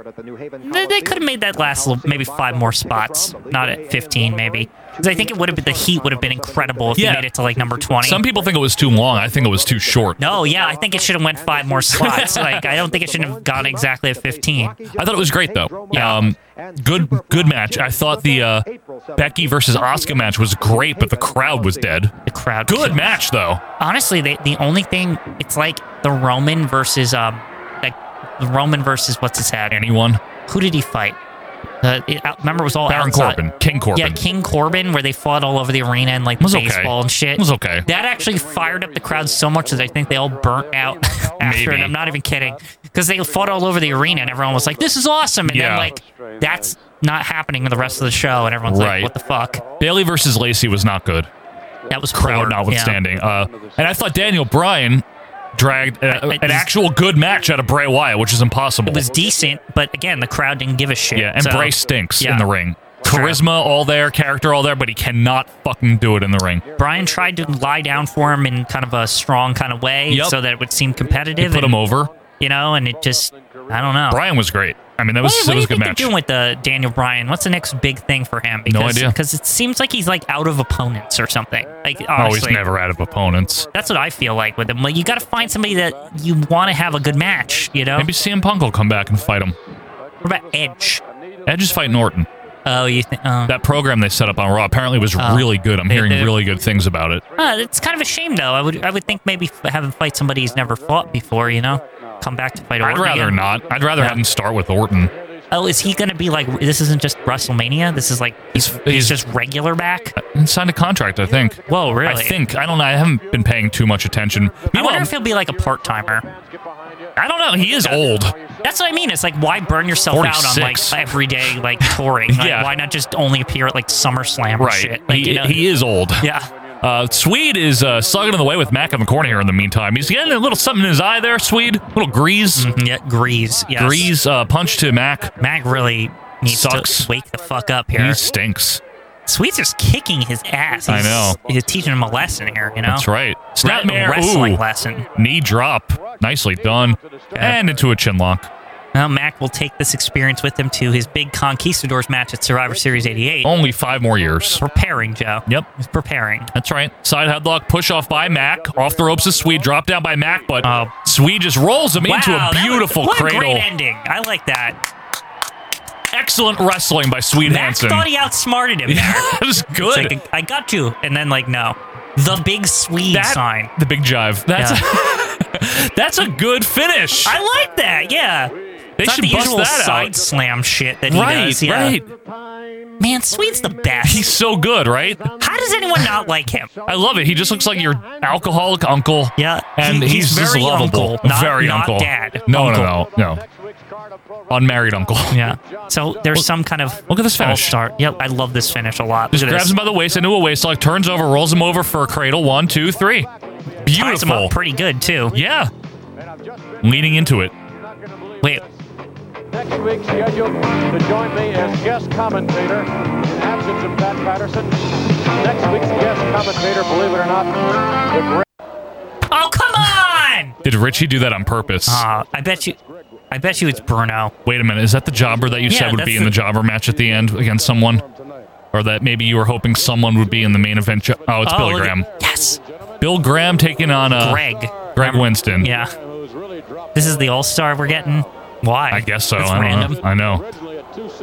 they, could have made that last little, maybe five more spots, not at fifteen, maybe. Because I think it would have been the heat would have been incredible if
Yeah.
you made it to like number twenty.
Some people think it was too long. I think it was too short.
no, yeah, I think it should have went five more slots. like I don't think it should have gone exactly at fifteen.
I thought it was great though. Um, good, good match. I thought the uh, Becky versus Oscar match was great, but the crowd was dead.
The crowd.
Good
killed.
match though.
honestly, they, the only thing it's like the Roman versus um, like the Roman versus what's his head?
Anyone?
Who did he fight? Uh, it, out- remember, it was all
Baron
outside.
Corbin, King Corbin.
Yeah, King Corbin, where they fought all over the arena and like
Was okay.
baseball and shit.
Was okay.
That actually fired up the crowd so much that I think they all burnt out [laughs] after
Maybe.
it. I'm not even kidding, because they fought all over the arena and everyone was like, "This is awesome," and
Yeah.
then like that's not happening in the rest of the show, and everyone's
Right.
like, "What the fuck?"
Bailey versus Lacey was not good.
That was
crowd
poor. Yeah.
notwithstanding. Uh, and I thought Daniel Bryan dragged uh,
I-
an actual good match out of Bray Wyatt, which is impossible.
it was decent, but again, the crowd didn't give a shit.
yeah, and
so-
Bray stinks
Yeah.
in the ring. Charisma all there, character all there, but he cannot fucking do it in the ring.
Brian tried to lie down for him in kind of a strong kind of way,
Yep.
so that it would seem
He
competitive.
put
and,
him over.
you know, and it just, I don't know.
Bryan was great. I mean, that was
what,
that
what do
was
you
a good
think
match.
they're doing with the Daniel Bryan? What's the next big thing for him?
No idea.
Because it seems like he's like out of opponents or something. Like
Oh, he's
honestly,
never out of opponents.
that's what I feel like with him. Like you got to find somebody that you want to have a good match. You know,
Maybe CM Punk will come back and fight him.
what about Edge?
Edge is fighting Norton.
Oh, you think? Oh.
That program they set up on Raw apparently was
Oh.
really good. I'm
They-
hearing
they-
really good things about it.
Uh, it's kind of a shame though. I would I would think maybe f- have him fight somebody he's never fought before. You know, come back to fight.
I'd
Orton
rather
again.
not. I'd rather
Yeah.
have him start with Orton.
Oh, is he gonna be like this? Isn't just WrestleMania. This is like he's, he's,
he's-
just regular back.
And signed a contract, I think.
Whoa, really?
I think I don't know. I haven't been paying too much attention.
I wonder
Meanwhile,
if he'll be like a part timer.
I don't know. He is old.
That's what I mean. It's like why burn yourself out on like
46.
everyday
[laughs]
like touring? Like,
Yeah.
Why not just only appear at like SummerSlam or shit? Like,
he,
you know,
he is old.
Yeah.
Uh, Swede is uh, slugging in the way with Mac in the corner here. In the meantime, he's getting a little something in his eye there. Swede, little grease,
Mm-hmm. Yeah, Grease. Mm, Yes.
grease uh, punch to Mac.
Mac really needs
Sucks.
to wake the fuck up here.
He stinks.
Sweet's just kicking his ass.
I
He's-
know.
He's teaching him a lesson here. You know.
That's right.
Rather than
Snapmare,
wrestling
ooh,
lesson.
knee drop, nicely done, and into a chin lock.
Now Mac will take this experience with him to his big Conquistadors match at Survivor Series 88.
Only five more years.
Preparing, Joe.
Oh. Yep.
He's preparing.
That's right. Side headlock, push off by Mac. Off the ropes is Swede. Drop down by Mac, but uh,
Oh.
Swede just rolls him into
Wow,
a
that was-
beautiful
what
cradle.
A great ending. I like that.
Excellent wrestling by Swede
Mac
Hansen.
thought he outsmarted him
[laughs]
there.
that was
It's
good.
like, I got you. And then, like, no. The big Swede
That-
sign.
The big jive. That's [laughs] that's a good finish.
I like that, yeah.
They
it's not
should
the
bust
usual
that out.
side slam shit that he
right,
does. Yeah.
right.
Man, Swede's the best.
He's so good, right?
How does anyone not like him? Oh,
I love it. He just looks like your alcoholic uncle.
Yeah,
and
he-
he's, just
very
lovable.
uncle, not,
very
not
uncle.
dad.
No,
uncle.
no, no, no. on Married Uncle.
[laughs] Yeah. So there's some kind of
look at this finish.
Start. Yep, I love this finish a lot.
Just
Look at
grabs
this.
him by the waist into a waist lock, turns over, rolls him over for a cradle. One, two, three. Beautiful.
Ties him up pretty good too.
Yeah. Leaning into it.
Mm. Wait.
Next week, scheduled to join me as guest commentator in absence of Pat Patterson. Next week's guest commentator, believe it or not, the great.
Oh come on!
Did Richie do that on purpose?
Ah, I bet you. I bet you it's Bruno.
Wait a minute. Is that the jobber that you
Yeah,
said would be
that's
in the
the-
jobber match at the end against someone? Or that maybe you were hoping someone would be in the main event? Jo- oh, it's
Oh,
Billy
look at-
Graham.
Yes.
Bill Graham taking on uh,
Greg.
Greg Winston.
Yeah. This is the All Star we're getting. Why?
I guess so.
That's
I don't
random.
know. I know.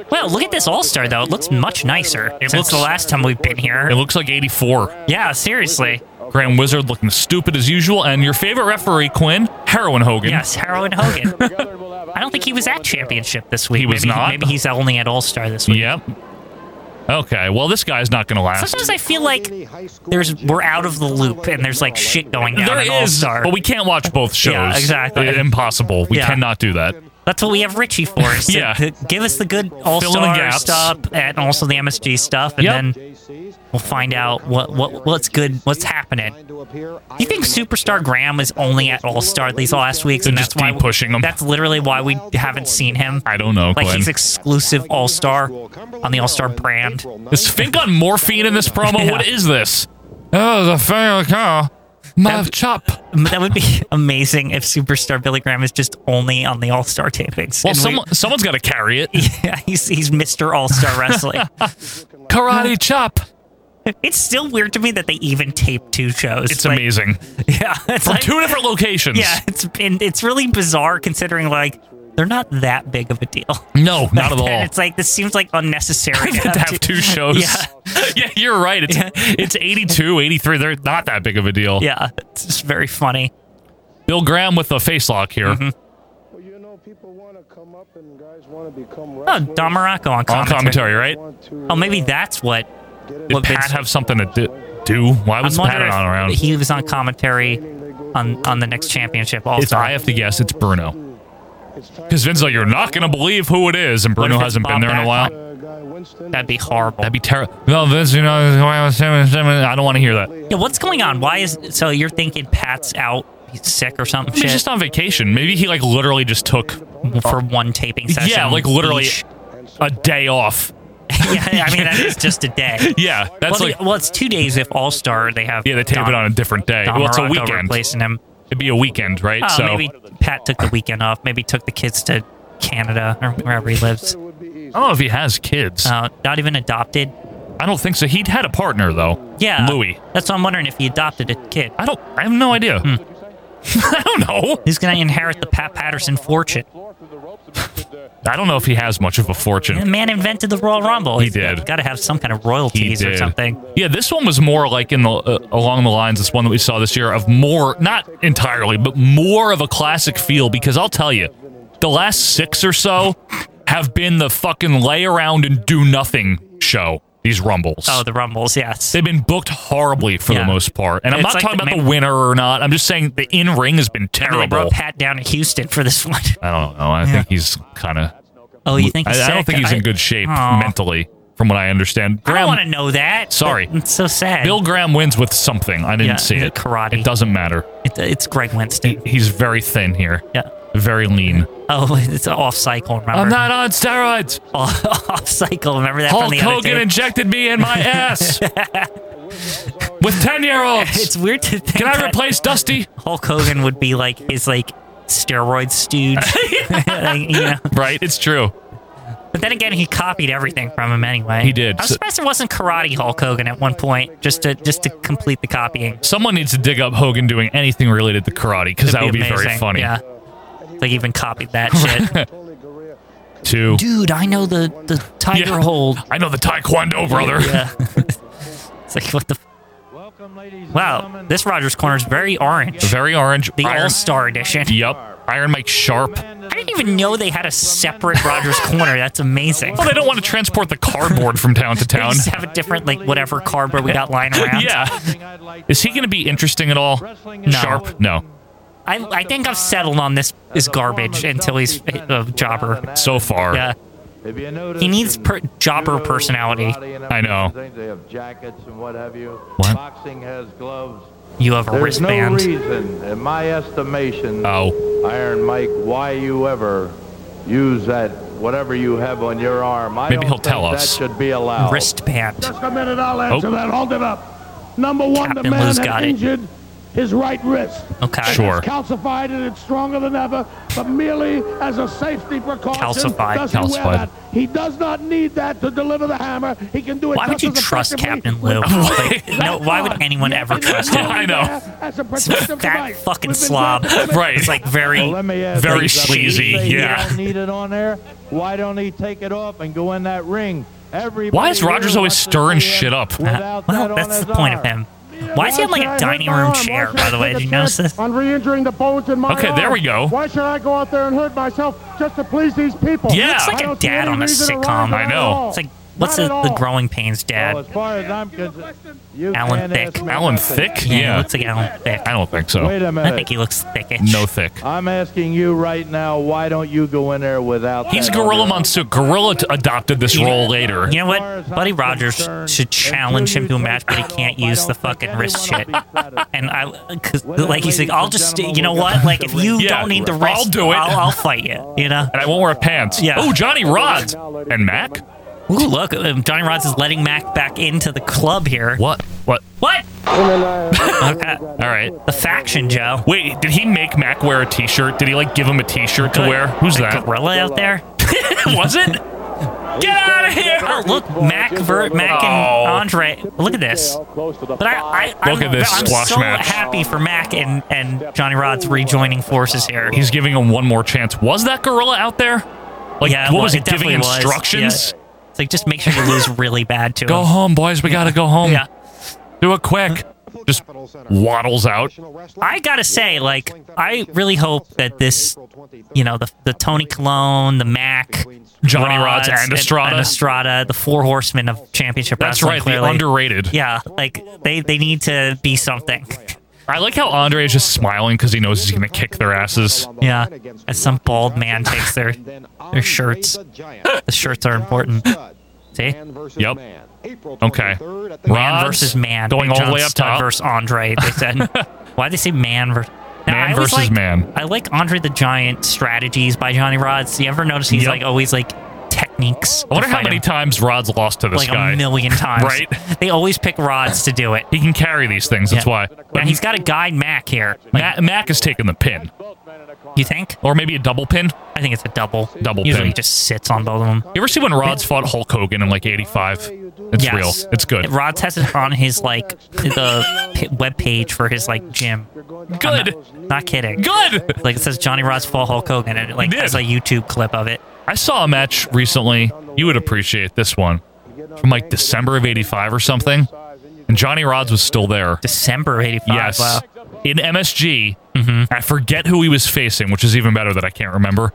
Well, look at this All Star though. It looks much nicer
It
since
looks-
the last time we've been here.
It looks like 84.
yeah, seriously.
Graham Wizard looking stupid as usual. And your favorite referee, Quinn, Heroin Hogan.
Yes, Heroin Hogan. I don't think he was at championship this week.
He was
maybe,
not?
Maybe he's only at All Star this week.
Yep. Okay. Well, this guy's not going to last.
Sometimes I feel like there's we're out of the loop and there's like shit going down.
There
in All
is,
Star.
but we can't watch both shows.
Yeah, exactly.
It's impossible. We
Yeah.
cannot do that.
That's what we have Richie for. is to-
[laughs] Yeah.
to [laughs] give us the good All
in the
Star
gaps.
stuff and also the MSG stuff, and
Yep.
then we'll find out what, what what's good, what's happening. Do you think Superstar Graham is only at All Star these last weeks,
They're
and
just
that's why
deep pushing him.
That's literally why we haven't seen him.
Um, I don't know.
Like
Glenn.
he's exclusive All Star on the All Star brand. [laughs]
Is Fink on morphine in this promo?
Yeah.
What is this? Oh, the fair car. My chop.
That would be amazing if Superstar Billy Graham is just only on the All Star tapings.
Well,
and we-
someone, someone's got to carry it.
[laughs] yeah, he's he's Mr. All
[laughs]
Star Wrestling.
Karate chop.
It's still weird to me that they even tape two shows.
It's
Like,
amazing.
[laughs] Yeah, it's
From
like-
two different locations.
Yeah, it's and it's really bizarre considering like they're not that big of a deal. [laughs]
No, not at all.
And it's like this seems like
[laughs]
unnecessary to have,
to have two shows.
[laughs]
[laughs]
Yeah,
Yeah, you're right. It's
Yeah.
it's 82, 83. They're not that big of a deal.
yeah, it's just very funny.
Bill Graham with the face lock here.
Mm-hmm.
Well, you know, people want to come up and guys want to become
Oh, Don Morocco on
On
commentary.
commentary, right?
Oh,
uh,
maybe that's what.
Did
what
Pat
Vince-
have something to do? do? Why
I'm
was Pat
wondering
not
if
around?
He was on commentary on on the next championship.
It's,
Also,
I have to guess it's Bruno. Because Vince's like, you're not going to believe who it is. And
What if
Bruno
it's
hasn't been
Bob
there in a
Backlund?
while.
uh,
that'd be horrible.
That'd be terrible. No, Vince, you know, I don't want to hear that.
yeah, what's going on? Why is so? You're thinking Pat's out, he's sick or something?
He's
shit?
just on vacation. Maybe he like literally just took,
for one taping session.
yeah, like literally
each. [laughs]
a day off.
yeah, I mean that is just a day.
[laughs] Yeah, that's
well,
like
the- well, it's two days if All Star they have.
yeah, they tape
Dom-
it on a different day.
Dom
Well, it's a
Morocco
weekend.
replacing him.
It'd be a weekend, right?
Oh,
so
maybe Pat took the weekend off. Maybe took the kids to Canada or wherever he lives.
I don't know if he has kids.
Uh, not even adopted.
I don't think so. He would had a partner though.
Yeah,
Louis.
That's what I'm wondering if he adopted a kid.
I don't. I have no idea. [laughs]
Hmm.
I don't know.
Who's gonna inherit the Pat Patterson fortune?
I don't know if he has much of a
The
fortune.
man invented the Royal Rumble.
He
He's
did.
Got to have some kind of
He
royalties
did.
or something.
Yeah, this one was more like in the uh, along the lines. This one that we saw this year of more, not entirely, but more of a classic feel. Because I'll tell you, the last six or so have been the fucking lay around and do nothing show. These rumbles.
Oh, the Rumbles. Yes.
They've been booked horribly for the
Yeah.
most part. And I'm
It's
not
like
talking
the
about
main-
the winner or not. I'm just saying the in ring has been
I mean, they
terrible.
brought Pat down to Houston for this [laughs] one.
I don't know. I
Yeah.
think he's kind of.
Oh, you think? He's
I, I don't
sick?
think he's in good shape
Aw.
mentally, from what I understand.
I don't
Graham,
want to know that.
Sorry.
It's so sad.
Bill Graham wins with something. I didn't
Yeah,
see
the
it.
karate.
It doesn't matter.
It, uh, it's Greg
He-
Winston.
he's very thin here.
Yeah.
Very lean.
Oh, [laughs] it's off cycle. Remember?
I'm not on steroids.
[laughs] off cycle. Remember that from
Hulk
the other
Hogan
day? [laughs]
injected me in my ass with ten year
It's
olds.
weird to think
Can I
that
replace Dusty?
[laughs] Hulk Hogan would be like his like
[laughs]
steroid stooge. [laughs] Like, you know.
Right. It's true.
But then again, he copied everything from him anyway.
He did.
I was
So-
surprised it wasn't Karate Hulk Hogan at one point, just to just to complete the copying.
Someone needs to dig up Hogan doing anything related to karate because that would be, very
amazing.
funny.
Yeah. Like even
[laughs]
copied that shit.
Two.
Dude, I know the the tiger
Yeah. [laughs]
hold.
I know the Taekwondo brother.
Yeah. it's like what the. Wow, this Rogers corner is very orange.
[laughs] Very orange.
The
Iron-
All Star Edition.
Yep. Iron Mike Sharp.
I didn't even know they had a separate Rogers corner. That's amazing.
Well, they don't want to transport the cardboard from town to
[laughs] They
town.
just have a different like whatever
[laughs]
cardboard we got lying around.
Yeah. Is he going to be interesting at all?
No.
Sharp? No.
I, I think I've settled on this is garbage until he's a jobber.
So far.
Yeah. He needs per- jobber personality.
I know.
They have jackets and what have you.
What?
Boxing has gloves.
You have a
There's no
wristband.
reason, in my estimation,
oh.
Iron Mike, why you ever use that whatever you have on your arm. I
Maybe
don't
he'll tell
think
us.
that should be allowed.
Wristband.
Just a minute, I'll answer
Oh.
that. Hold it up. Number one, the
Captain
man
Lou's
had
got it.
injured his right wrist.
Okay.
And
Sure.
It's calcified and it's stronger than ever,
[laughs]
but merely as a safety precaution.
Calcified,
does he wear
calcified.
that. He does not need that to deliver the hammer. He can do it.
Why would
just
you
as
trust
effectively
Captain Lou? Like, no, why would anyone ever trust him?
I know.
As a
[laughs]
It's a
protective
fat
device.
fucking slob.
Right.
It's like very, uh,
Well, let me ask
Very
you something. You
sleazy,
say you
yeah.
don't need it on there. Why don't he take it off and go in that ring? Everybody
Why is Rogers
here
always
wants to
stirring
see him
shit up?
without that
well,
on
that's
his
the point of
arm.
him. Why is he on like a dining room chair, by the way? Did you notice this?
On re-injuring the bones in my
Okay, there
arm.
we go.
Why should I go out there and hurt myself just to please these people?
Yeah. Looks
It's like
I
a
don't see
dad
any
on a
reason to
sitcom.
rise at all.
It's like, what's
Not
the,
at
the
all.
growing pains
Well,
dad?
as far as I'm concerned, you
Alan
can't
Thick.
ask me
Alan
nothing.
Thick?
Yeah,
Yeah.
he looks like Alan Thick.
I don't think so.
Wait a
I
minute.
think he looks thickish.
No thick.
I'm asking you right now, why don't you go in there without
He's
that on
Gorilla
your-
Monsoon. Gorilla t- adopted this role later.
You know what? Buddy Rogers should challenge him to a match, but he can't use the fucking wrist shit. And I, cause, like he's like, I'll just, you know what? Like if you
Yeah,
don't need the
I'll
wrist,
do it.
I'll, I'll fight you. You know?
And I won't wear pants.
Yeah.
Oh, Johnny Rods and Mac.
[laughs] Ooh, look, um, Johnny Rods is letting Mac back into the club here.
What? What?
What? okay.
All right.
The faction, Joe.
Wait, did he make Mac wear a T-shirt? Did he like give him a T-shirt to
Good.
wear? Who's
That
that?
Gorilla out [laughs] there.
Was it?
Get out of here! Oh, look, Mac, Ver, Mac,
Oh.
and Andre. Look at this. But I, I, I
Look at this
I'm
squash
so
match.
happy for Mac and, and Johnny Rods rejoining forces here.
He's giving him one more chance. Was that gorilla out there? Like,
yeah,
what was
well,
he giving
definitely was.
instructions?
Yeah. It's like just make sure you lose really bad
[laughs]
to
Go
him.
home, boys. We gotta
[laughs]
go home.
Yeah.
Do it quick. Just waddles out.
I gotta say, like, I really hope that this, you know, the the Tony Colon, the Mac,
Johnny Rods and Estrada.
Estrada, the four horsemen of championship
That's
wrestling.
right. The
clearly.
underrated.
Yeah, like they they need to be something.
I like how Andre is just smiling because he knows he's gonna kick their asses.
Yeah, as some bald man takes their their shirts. The shirts are important. See,
Yep. Okay.
man versus man.
Going
Big
all the
John
way up
Studd
top.
versus Andre.
[laughs]
They said, why they say man versus
Man versus
like,
man.
I like Andre the Giant strategies by Johnny Rods. You ever notice he's
Yep.
like always like techniques.
I wonder
to
how
fight
many
him.
times Rod's lost to this
Like
guy.
a
[laughs]
million times.
Right?
They always pick Rods to do it.
He can carry these things. That's
Yeah.
why.
Now he's got to guide Mac here. Like,
Mac, Mac is taking the pin,
you think?
or maybe a double pin.
I think it's a double.
Double
Usually
pin.
he just sits on both of them.
You ever see when Rod's fought Hulk Hogan in like '85? It's
Yes.
real. It's good.
Rods has it on his like the p- web page for his like gym.
Good.
Not, not kidding.
Good.
Like it says Johnny Rods fall Hulk Hogan and it like
It
has a
did.
YouTube clip of it.
I saw a match recently. You would appreciate this one from like December of '85 or something, and Johnny Rods was still there.
December uh, '85.
Yes,
Wow.
in MSG. mm-hmm. I forget who he was facing, which is even better that I can't remember.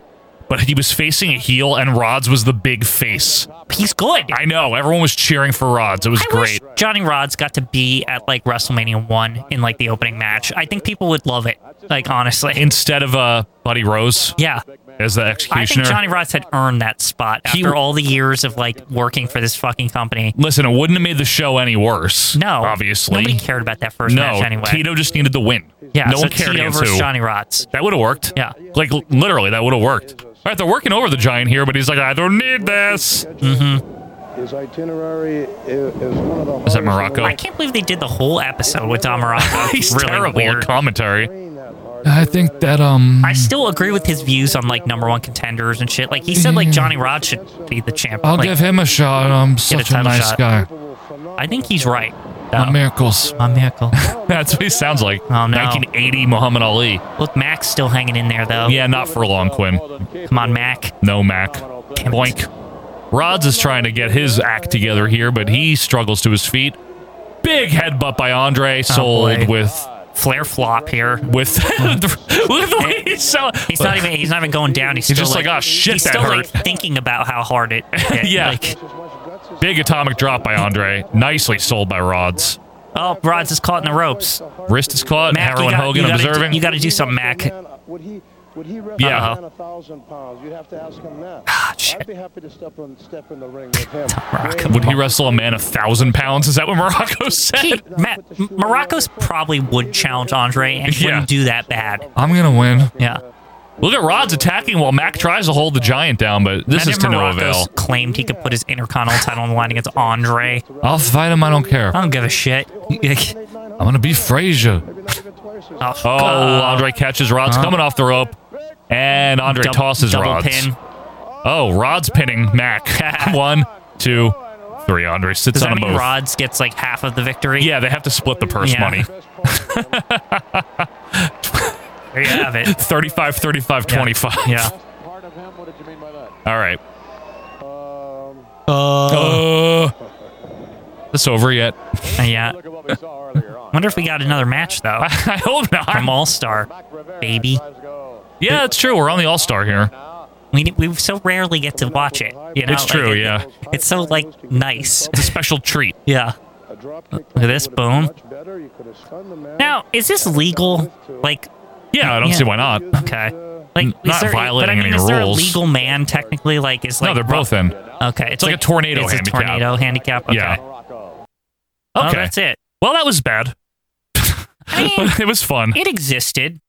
But he was facing a heel, and Rods was the big face.
He's good.
I know everyone was cheering for Rods. It was
I wish
great.
Johnny Rods got to be at like WrestleMania one in like the opening match. I think people would love it. Like honestly.
Instead of uh, Buddy Rose
yeah.
as the
I
executioner.
think Johnny Rods had earned that spot after
He-
all the years of like working for this fucking company.
Listen, it wouldn't have made the show any worse.
No,
obviously.
nobody cared about that first
no,
match anyway.
Tito just needed the win.
yeah,
no
so
one cared
Tito
against
versus
who.
Johnny Rods.
That would have worked.
Yeah.
like l- literally, that would have worked. All right, they're working over the giant here, but he's like, I don't need this.
Mm-hmm.
His itinerary i- is one of the
Is that
hardest
Morocco?
I can't believe they did the whole episode with Don Morocco.
[laughs] he's
really
terrible
weird.
at commentary.
in that hard.
I think that um.
I still agree with his views on like number one contenders and shit. Like he said, like Johnny Rod should be the champ.
Mm-hmm. I'll
Like,
give him a shot. I'm such a,
title
nice
shot.
guy.
I think he's right.
My
though.
miracles.
My miracle.
[laughs] That's what he sounds like.
Oh, no.
1980 Muhammad Ali.
Look, Mac's still hanging in there though.
Yeah, not for long, Quinn.
Oh. Come on, Mac.
No Mac.
Damn it.
Boink. Rods is trying to get his act together here, but he struggles to his feet. Big headbutt by Andre, sold
Oh, boy.
with
Flare flop here.
with [laughs] look at the way he's so
He's not even. He's not even going down. He's,
He's
still
just like, "Oh, shit,
He's
that
still
hurt." [laughs]
like thinking about how hard it. it
Yeah.
Like,
big atomic drop by Andre. Nicely sold by Rods.
Oh, Rods is caught in the ropes.
Wrist is caught.
Mac,
Harrow
you
and
gotta-
Hogan
you gotta
observing.
do- you got to do some Mac.
uh, Would he wrestle
Yeah.
a thousand pounds? You'd have to ask him that.
Ah,
Ah,
I'd be happy to step on step in the ring with him.
Would he wrestle a man a thousand pounds? Is that what Morocco [laughs] said?
He, Ma- Morocco's probably would challenge Andre and he wouldn't do that bad.
I'm gonna win.
Yeah.
Look at Rod's attacking while Mac tries to hold the giant down, but this
Imagine
is to no
Morocco's
avail.
claimed he could put his Intercontinental title on the line against Andre.
I'll fight him. I don't care.
I don't give a shit. [laughs]
I'm gonna be Frazier.
oh,
Oh, Andre catches Rod's
Huh?
coming off the rope, and Andre
Dub-
tosses
double
Rod's.
pin.
Oh, Rod's pinning
[laughs]
Mac. One, two, three. Andre sits
Does
on
that
them
mean
both.
Rods gets like half of the victory?
Yeah, they have to split the purse
Yeah.
money.
There you
[laughs]
have it.
35, 35, 25.
Yeah.
All right. Um, Uh, this over yet?
yeah. Wonder if we got another match though.
[laughs] I hope not.
From All Star, baby.
Oh, Yeah, that's true. We're on the All Star here.
We we so rarely get to watch it. You know,
It's true,
Like, it-
yeah.
It's so
[laughs]
like nice.
It's a special treat.
Yeah. Look at this boom. Now, is this legal? Like,
Yeah, I don't see why [laughs] not.
Okay. Like, is
Not
there, but I
violating
mean,
any
is there
rules.
a legal man technically? Like, is
No,
like
they're both in.
Okay, it's,
It's like a tornado
It's
handicap.
a tornado handicap. Okay.
Yeah.
Well,
Okay.
that's
[laughs]
it.
Well, that was bad.
I mean,
[laughs] it was fun.
it existed.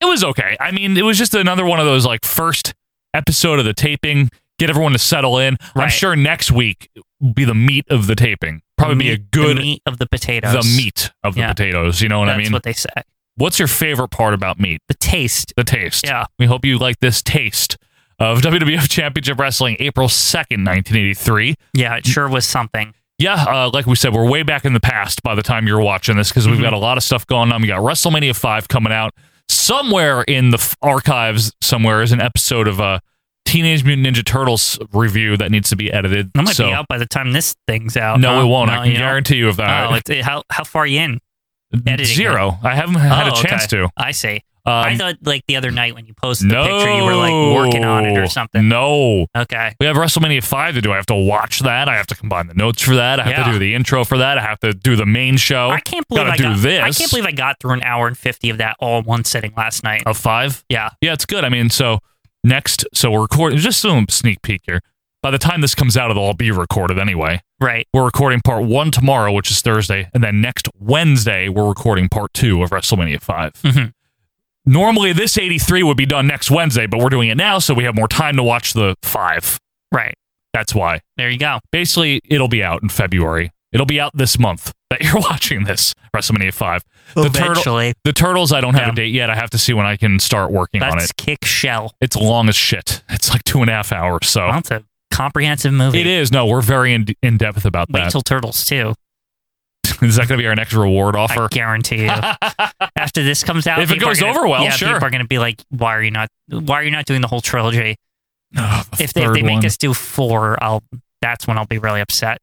It was okay. I mean, it was just another one of those like first episode of the taping. Get everyone to settle in. I'm
Right.
sure next week will be the meat of the taping. Probably be a
Meat- the
good
meat of the potatoes.
the meat of the
Yeah.
potatoes. You know what
That's
I mean?
what they say.
What's your favorite part about meat?
The taste.
The taste.
Yeah.
We hope you like this taste of WWF Championship Wrestling, April 2nd, 1983.
Yeah, it sure was something.
Yeah, uh, like we said, we're way back in the past by the time you're watching this because we've
Mm-hmm.
got a lot of stuff going on. We got WrestleMania 5 coming out. Somewhere in the f- archives, somewhere is an episode of uh, Teenage Mutant Ninja Turtles review that needs to be edited.
That might
so,
be out by the time this thing's out.
No,
huh?
it won't.
No,
I can
you don't?
guarantee you of that. [laughs]
Oh, it's, it- how how far you in? Editing
Zero. I haven't
it?
had
Oh,
a chance
okay.
to.
I see.
Um,
I thought like the other night when you posted the picture, you were like working on it or something.
No.
Okay.
We have WrestleMania 5 to do. I have to watch that. I have to combine the notes for that. I have to
Yeah.
do the intro for that. I have to do the main show.
I can't believe
Oh, Gotta
I
do
got.
this.
I can't believe I got through an hour and fifty of that all in one sitting last night.
Of five?
Yeah.
Yeah, it's good. I mean, so next, so we're recording, just some sneak peek here. By the time this comes out, it'll all be recorded anyway.
Right.
We're recording part one tomorrow, which is Thursday. And then next Wednesday, we're recording part two of WrestleMania 5.
Mhm.
Normally, this 83 would be done next Wednesday, but we're doing it now, so we have more time to watch the five.
Right.
That's why.
There you go.
Basically, it'll be out in February. It'll be out this month that [laughs] you're watching this WrestleMania 5. The, turtle,
Eventually.
the Turtles, I don't have
Yeah.
a date yet. I have to see when I can start working on
Let's
it.
kick shell.
It's long as shit. It's like two and a half hours. So
Well, it's a comprehensive movie.
Oh. it is. No, we're very in, in depth about
Wait
that.
till Turtles too.
[laughs] is that going to be our next reward offer?
I guarantee you.
[laughs]
After this comes out,
If it
people are
goes
gonna-
over well,
yeah,
sure.
people are going to be like, "Why are you not? Why are you not doing the whole trilogy?"
Ugh, the
[laughs] If they, if
third
they make
one.
us do four, I'll. That's when I'll be really upset.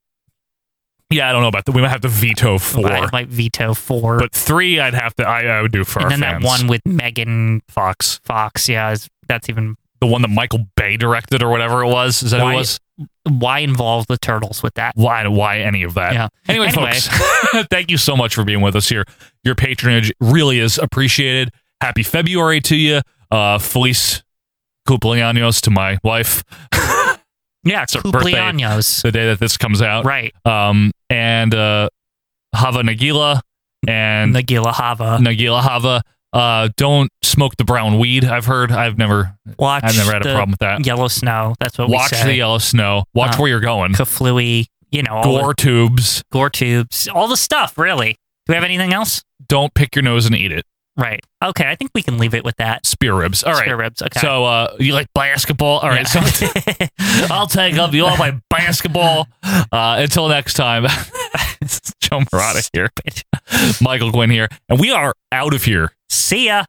yeah, I don't know about that. We might have to veto four,
I might veto four,
but three, I'd have to. I, I would do for
and
our
then
fans.
that one with Megan
Fox,
Fox. Yeah, is, that's even
the one that Michael Bay directed or whatever it was. Is that
Why-
who it was?
why involve the turtles with that?
why why any of that.
Yeah.
Anyway,
Anyway.
folks, [laughs] thank you so much for being with us here. Your patronage really is appreciated. Happy February to you. Uh Felice Cumpleaños to my wife.
Yeah,
her birthday.
cumpleaños.
the day that this comes out.
Right,
Um and uh Hava Nagila and
Nagila Hava.
Nagila Hava. Uh don't smoke the brown weed, I've heard. I've never
Watch.
I've never had a
the
problem with that.
Yellow snow. That's what
Watch
we
the
say.
yellow snow. Watch
Uh,
where you're going.
Kaflooey. You know, all the-
Gore tubes.
gore tubes, all the stuff. Really. Do we have anything else?
Don't pick your nose and eat it.
Right. Okay. I think we can leave it with that.
Spear ribs. All right.
Spare ribs. Okay.
So uh, you like basketball? All right.
Yeah. [laughs]
So [laughs] I'll take up you all my basketball. Uh, until next time, [laughs] it's Joe Marotta here, Michael Gwynn here, and we are out of here.
See ya.